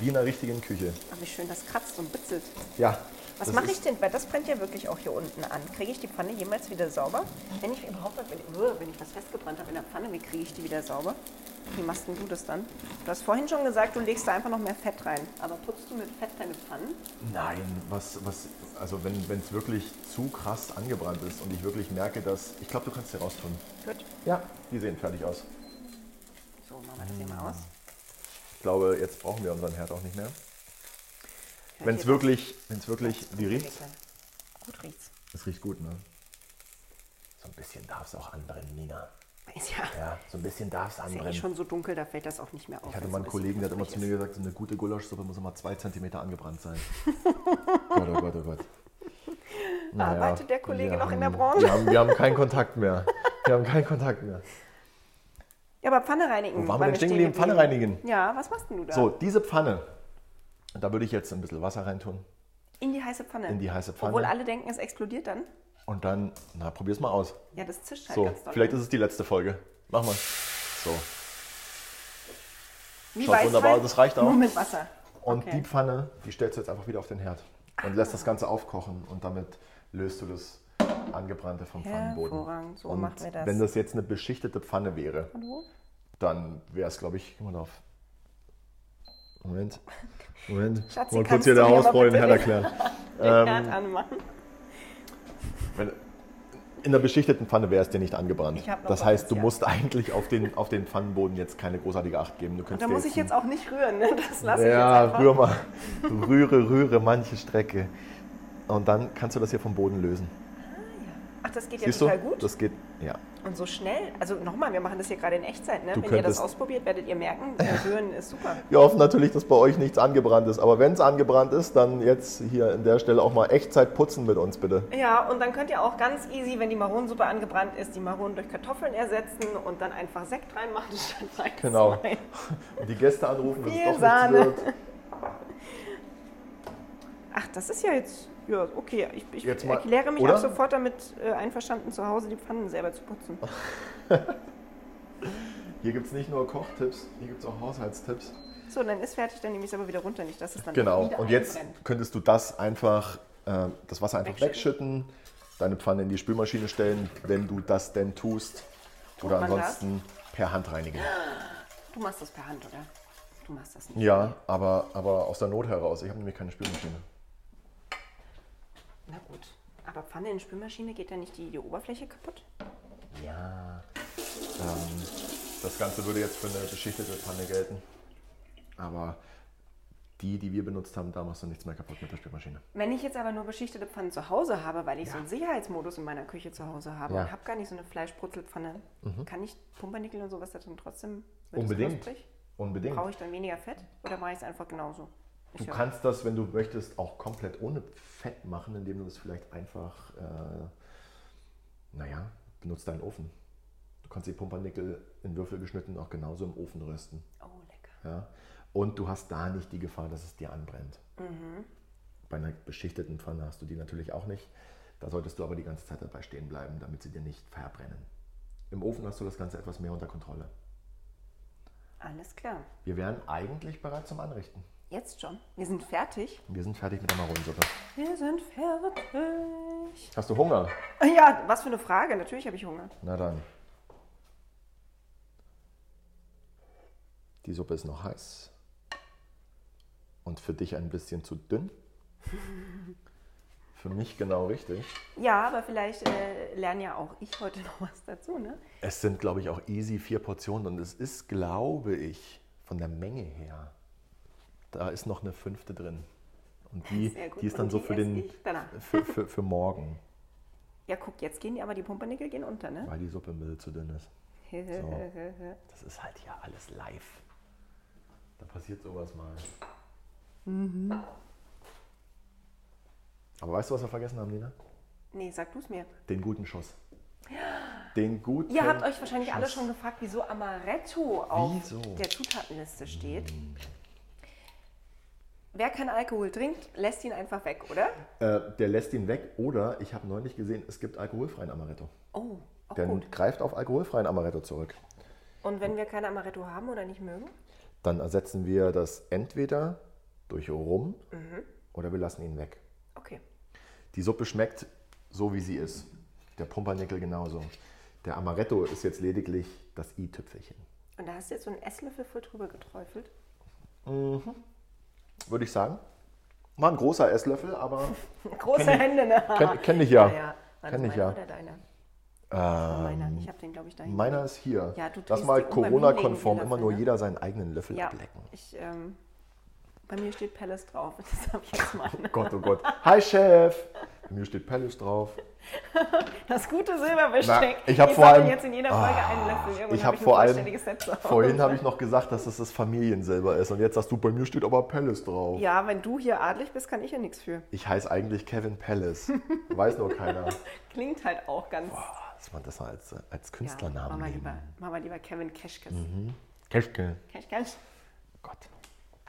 Speaker 3: wie in der richtigen Küche.
Speaker 2: Ach, wie schön das kratzt und bitzelt.
Speaker 3: Ja,
Speaker 2: Was
Speaker 3: Das
Speaker 2: mache ich
Speaker 3: ist-
Speaker 2: denn? Weil das brennt ja wirklich auch hier unten an. Kriege ich die Pfanne jemals wieder sauber? Wenn ich überhaupt, wenn, uh, wenn ich was festgebrannt habe in der Pfanne, wie kriege ich die wieder sauber? Wie machst denn du das dann? Du hast vorhin schon gesagt, du legst da einfach noch mehr Fett rein. Aber putzt du mit Fett deine Pfannen?
Speaker 3: Nein, was, was, also wenn es wirklich zu krass angebrannt ist und ich wirklich merke, dass, ich glaube, du kannst sie raustun.
Speaker 2: Gut.
Speaker 3: Ja. Die sehen fertig aus.
Speaker 2: So, machen wir das hier
Speaker 3: Hm.
Speaker 2: mal aus.
Speaker 3: Ich glaube, jetzt brauchen wir unseren Herd auch nicht mehr. Wenn es wirklich, wenn es wirklich, wie riecht's?
Speaker 2: Gut riecht's.
Speaker 3: Es riecht gut, ne? So ein bisschen darf es auch anbrennen, Nina.
Speaker 2: Ist ja,
Speaker 3: Ja, so ein bisschen darf es
Speaker 2: ist ja eh schon so dunkel, da fällt das auch nicht mehr auf.
Speaker 3: Ich hatte
Speaker 2: wenn's
Speaker 3: mal einen
Speaker 2: ein
Speaker 3: Kollegen, der hat
Speaker 2: bisschen
Speaker 3: immer zu mir
Speaker 2: knusprig
Speaker 3: gesagt, so eine gute Gulaschsuppe muss immer zwei Zentimeter angebrannt sein. Gott, oh Gott, oh Gott. Naja,
Speaker 2: Arbeitet der Kollege
Speaker 3: wir
Speaker 2: noch in der
Speaker 3: haben-
Speaker 2: Branche? Hm,
Speaker 3: Wir haben, wir haben keinen Kontakt mehr. Wir haben keinen Kontakt mehr.
Speaker 2: ist. Ja, aber Pfanne reinigen.
Speaker 3: Wo waren wir
Speaker 2: weil
Speaker 3: denn stehen
Speaker 2: stehen
Speaker 3: geblieben? Pfanne
Speaker 2: geblieben.
Speaker 3: reinigen.
Speaker 2: Ja, was machst denn du da?
Speaker 3: So, diese Pfanne, da würde ich jetzt ein bisschen Wasser reintun.
Speaker 2: In die heiße Pfanne.
Speaker 3: In die heiße Pfanne.
Speaker 2: Obwohl alle denken, es explodiert dann.
Speaker 3: Und dann, na, probier's mal aus.
Speaker 2: Ja, das zischt halt
Speaker 3: So,
Speaker 2: ganz doll.
Speaker 3: vielleicht ist es die letzte Folge. Mach mal. So,
Speaker 2: Wie
Speaker 3: schaut
Speaker 2: Weißwein,
Speaker 3: wunderbar aus, das reicht auch.
Speaker 2: Nur mit Wasser.
Speaker 3: und
Speaker 2: Okay.
Speaker 3: die Pfanne, die stellst du jetzt einfach wieder auf den Herd und lässt das Ganze aufkochen und damit löst du das angebrannte vom Pfannenboden.
Speaker 2: Hervorragend, so
Speaker 3: und
Speaker 2: machen wir das.
Speaker 3: wenn das jetzt eine beschichtete Pfanne wäre,
Speaker 2: Hallo?
Speaker 3: dann wäre es, glaube ich, guck mal auf. Moment, Moment.
Speaker 2: Schatzi,
Speaker 3: mal kurz
Speaker 2: kannst
Speaker 3: hier
Speaker 2: du
Speaker 3: der
Speaker 2: mir mal
Speaker 3: Hausfrau den
Speaker 2: bitte
Speaker 3: Herd erklären. Ähm,
Speaker 2: Herd anmachen.
Speaker 3: Wenn, in der beschichteten Pfanne wäre es dir nicht angebrannt.
Speaker 2: Ich hab noch
Speaker 3: Das
Speaker 2: was,
Speaker 3: heißt, du
Speaker 2: ja.
Speaker 3: musst eigentlich auf den, auf den Pfannenboden jetzt keine großartige Acht geben. Du kannst
Speaker 2: Da
Speaker 3: dir
Speaker 2: muss ich jetzt
Speaker 3: einen-
Speaker 2: auch nicht rühren, ne? Das lasse ich jetzt
Speaker 3: Ja,
Speaker 2: einfach.
Speaker 3: rühr mal. Rühre, rühre manche Strecke. Und dann kannst du das hier vom Boden lösen.
Speaker 2: Ach, das geht ja
Speaker 3: Siehst du?
Speaker 2: total gut.
Speaker 3: Das geht, ja.
Speaker 2: Und so schnell. Also nochmal, wir machen das hier gerade in Echtzeit, ne?
Speaker 3: Du
Speaker 2: Wenn ihr das
Speaker 3: könntest-
Speaker 2: ausprobiert, werdet ihr merken, rühren ist super.
Speaker 3: Wir hoffen natürlich, dass bei euch nichts angebrannt ist. Aber wenn es angebrannt ist, dann jetzt hier an der Stelle auch mal Echtzeit putzen mit uns, bitte.
Speaker 2: Ja, und dann könnt ihr auch ganz easy, wenn die Maronensuppe angebrannt ist, die Maronen durch Kartoffeln ersetzen und dann einfach Sekt reinmachen statt Reis.
Speaker 3: Genau.
Speaker 2: rein.
Speaker 3: Und die Gäste anrufen, wenn es
Speaker 2: Viel
Speaker 3: doch nichts
Speaker 2: Sahne.
Speaker 3: wird.
Speaker 2: Ach, das ist ja jetzt. Ja, okay. Ich, ich
Speaker 3: Jetzt mal,
Speaker 2: erkläre mich
Speaker 3: oder?
Speaker 2: ab sofort damit äh, einverstanden, zu Hause die Pfannen selber zu putzen.
Speaker 3: Hier gibt es nicht nur Kochtipps, hier gibt es auch Haushaltstipps.
Speaker 2: So, dann ist fertig, dann nehme ich es aber wieder runter, nicht, dass es dann
Speaker 3: Genau.
Speaker 2: wieder
Speaker 3: Und jetzt
Speaker 2: einbrennt.
Speaker 3: könntest du das einfach, äh, das Wasser einfach wegschütten. deine Pfanne in die Spülmaschine stellen, wenn du das denn tust. Oder
Speaker 2: man das?
Speaker 3: ansonsten per Hand reinigen.
Speaker 2: Du machst das per Hand, oder? Du machst das nicht.
Speaker 3: Ja, aber, aber aus der Not heraus. Ich habe nämlich keine Spülmaschine.
Speaker 2: Na gut. Aber Pfanne in Spülmaschine geht ja nicht die, die Oberfläche kaputt?
Speaker 3: Ja. Ähm, das Ganze würde jetzt für eine beschichtete Pfanne gelten. Aber die, die wir benutzt haben, da machst du nichts mehr kaputt mit der Spülmaschine.
Speaker 2: Wenn ich jetzt aber nur beschichtete Pfannen zu Hause habe, weil ich so einen Sicherheitsmodus in meiner Küche zu Hause habe
Speaker 3: Ja. Mhm.
Speaker 2: und habe gar nicht so eine Fleischbrutzelpfanne, kann ich Pumpernickel und sowas da drin trotzdem wird das knusprig?
Speaker 3: Unbedingt.
Speaker 2: Brauche ich dann weniger Fett oder mache ich es einfach genauso? Ist
Speaker 3: Du
Speaker 2: ja-
Speaker 3: kannst das, wenn du möchtest, auch komplett ohne Fett machen, indem du das vielleicht einfach, äh, naja, benutzt deinen Ofen. Du kannst die Pumpernickel in Würfel geschnitten auch genauso im Ofen rösten.
Speaker 2: Oh, lecker.
Speaker 3: Ja? Und du hast da nicht die Gefahr, dass es dir anbrennt. Bei einer beschichteten Pfanne hast du die natürlich auch nicht. Da solltest du aber die ganze Zeit dabei stehen bleiben, damit sie dir nicht verbrennen. Im Ofen hast du das Ganze etwas mehr unter Kontrolle.
Speaker 2: Alles klar.
Speaker 3: Wir wären eigentlich bereit zum Anrichten.
Speaker 2: Jetzt schon. Wir sind fertig.
Speaker 3: Wir sind fertig mit der Maronensuppe.
Speaker 2: Wir sind fertig.
Speaker 3: Hast du Hunger?
Speaker 2: Ja, was für eine Frage. Natürlich habe ich Hunger.
Speaker 3: Na dann. Die Suppe ist noch heiß und für dich ein bisschen zu dünn. Für mich genau richtig.
Speaker 2: Ja, aber vielleicht äh, lerne ja auch ich heute noch was dazu, ne?
Speaker 3: Es sind, glaube ich, auch easy vier Portionen und es ist, glaube ich, von der Menge her, da ist noch eine fünfte drin. Und die,
Speaker 2: Sehr gut.
Speaker 3: die ist dann
Speaker 2: Und
Speaker 3: so
Speaker 2: die
Speaker 3: für
Speaker 2: esse
Speaker 3: den
Speaker 2: ich danach.
Speaker 3: für, für, für morgen,
Speaker 2: Ja, guck, jetzt gehen die aber die Pumpernickel gehen unter, ne?
Speaker 3: weil die Suppe ein bisschen zu dünn ist. Das ist halt hier alles live. Da passiert sowas mal.
Speaker 2: Mhm.
Speaker 3: Aber weißt du, was wir vergessen haben, Nina?
Speaker 2: nee, sag du es mir.
Speaker 3: Den guten Schuss. Den guten
Speaker 2: Ihr habt euch wahrscheinlich
Speaker 3: Schuss.
Speaker 2: alle schon gefragt, wieso Amaretto auf
Speaker 3: Wieso?
Speaker 2: der Zutatenliste steht. Wer keinen Alkohol trinkt, lässt ihn einfach weg, oder?
Speaker 3: Äh, der lässt ihn weg oder ich habe neulich gesehen, es gibt alkoholfreien Amaretto.
Speaker 2: Oh, auch
Speaker 3: der
Speaker 2: gut.
Speaker 3: greift auf alkoholfreien Amaretto zurück.
Speaker 2: Und wenn wir kein Amaretto haben oder nicht mögen? Mhm.
Speaker 3: Dann ersetzen wir das entweder durch Rum oder wir lassen ihn weg.
Speaker 2: Okay.
Speaker 3: Die Suppe schmeckt so, wie sie ist. Der Pumpernickel genauso. Der Amaretto ist jetzt lediglich das i-Tüpfelchen.
Speaker 2: Und da hast du jetzt so einen Esslöffel voll drüber geträufelt.
Speaker 3: Würde ich sagen. War ein großer Esslöffel, aber
Speaker 2: Große Hände, ne?
Speaker 3: kenn, kenn ich ja.
Speaker 2: ja. War das
Speaker 3: kenn ich
Speaker 2: meiner
Speaker 3: ja.
Speaker 2: oder deiner? Ähm, meiner. Ich habe den, glaube ich, dahin.
Speaker 3: Meiner ist hier.
Speaker 2: Ja, du
Speaker 3: Lass
Speaker 2: drehst
Speaker 3: mal
Speaker 2: die um beim
Speaker 3: Corona-konform
Speaker 2: Hinlegen,
Speaker 3: immer nur
Speaker 2: ne?
Speaker 3: jeder seinen eigenen Löffel
Speaker 2: ja,
Speaker 3: ablecken.
Speaker 2: ich, ähm, bei mir steht Palace drauf. Das habe ich jetzt meine.
Speaker 3: Gott, oh Gott. Hi, Chef! Bei mir steht Palace drauf.
Speaker 2: Das gute Silberbesteck.
Speaker 3: Na, ich hab
Speaker 2: Die
Speaker 3: vor
Speaker 2: sammeln
Speaker 3: allem- Ah,
Speaker 2: jetzt in jeder Folge einen Löffel. Irgendwann
Speaker 3: ich habe
Speaker 2: ein
Speaker 3: vor allem,
Speaker 2: vollständiges Set zu Hause.
Speaker 3: vorhin habe ich noch gesagt, dass es das Familiensilber ist und jetzt sagst du, bei mir steht aber Palace drauf.
Speaker 2: Ja, wenn du hier adlig bist, kann ich ja nichts für.
Speaker 3: Ich heiße eigentlich Kevin Palace. Weiß nur keiner.
Speaker 2: Klingt halt auch ganz.
Speaker 3: Dass man das mal als, als
Speaker 2: ja, mach,
Speaker 3: Künstlernamen Mhm.
Speaker 2: mal
Speaker 3: nehmen.
Speaker 2: lieber, mach mal lieber Kevin Keschkes.
Speaker 3: Keschke.
Speaker 2: Kesch, Kesch.
Speaker 3: Gott.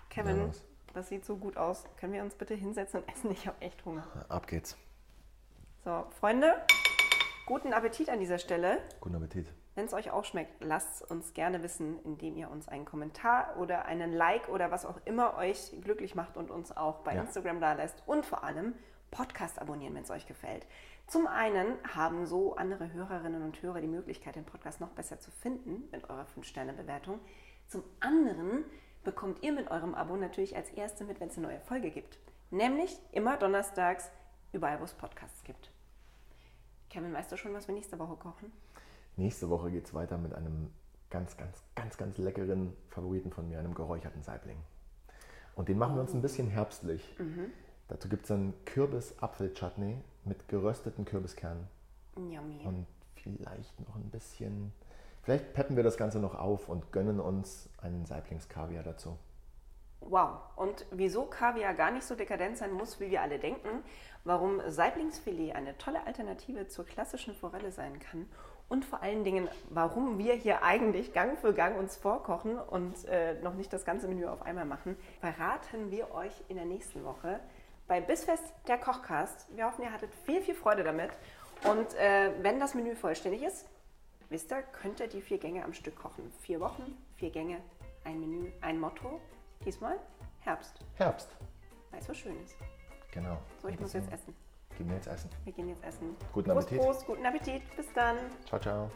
Speaker 2: Kevin,
Speaker 3: Ja, was?
Speaker 2: das sieht so gut aus. Können wir uns bitte hinsetzen und essen? Ich habe echt Hunger.
Speaker 3: Ab geht's.
Speaker 2: So, Freunde, guten Appetit an dieser Stelle.
Speaker 3: Guten Appetit.
Speaker 2: Wenn es euch auch schmeckt, lasst es uns gerne wissen, indem ihr uns einen Kommentar oder einen Like oder was auch immer euch glücklich macht und uns auch bei
Speaker 3: Ja.
Speaker 2: Instagram da lässt und vor allem Podcast abonnieren, wenn es euch gefällt. Zum einen haben so andere Hörerinnen und Hörer die Möglichkeit, den Podcast noch besser zu finden mit eurer 5-Sterne-Bewertung. Zum anderen bekommt ihr mit eurem Abo natürlich als Erste mit, wenn es eine neue Folge gibt. Nämlich immer donnerstags, überall wo es Podcasts gibt. Kevin, weißt du schon, was wir nächste Woche kochen?
Speaker 3: Nächste Woche geht's weiter mit einem ganz, ganz, ganz, ganz leckeren Favoriten von mir, einem geräucherten Saibling. Und den machen wir uns ein bisschen herbstlich.
Speaker 2: Mhm.
Speaker 3: Dazu gibt's dann Kürbis-Apfel-Chutney mit gerösteten Kürbiskernen.
Speaker 2: Yummy.
Speaker 3: Und vielleicht noch ein bisschen. Vielleicht peppen wir das Ganze noch auf und gönnen uns einen Saiblingskaviar dazu.
Speaker 2: Wow. Und wieso Kaviar gar nicht so dekadent sein muss, wie wir alle denken, warum Saiblingsfilet eine tolle Alternative zur klassischen Forelle sein kann und vor allen Dingen, warum wir hier eigentlich Gang für Gang uns vorkochen und äh, noch nicht das ganze Menü auf einmal machen, verraten wir euch in der nächsten Woche bei Bissfest der Kochcast. Wir hoffen, ihr hattet viel, viel Freude damit. Und äh, wenn das Menü vollständig ist, Wisst ihr, könnt ihr die vier Gänge am Stück kochen. Vier Wochen, vier Gänge, ein Menü, ein Motto. Diesmal Herbst,
Speaker 3: Herbst.
Speaker 2: weil es so schön ist.
Speaker 3: Genau.
Speaker 2: So, ich
Speaker 3: Und
Speaker 2: muss
Speaker 3: deswegen
Speaker 2: jetzt essen.
Speaker 3: Gehen wir jetzt essen.
Speaker 2: Wir gehen jetzt essen.
Speaker 3: Guten
Speaker 2: Prost,
Speaker 3: Appetit.
Speaker 2: Prost, guten Appetit. Bis dann.
Speaker 3: Ciao, ciao.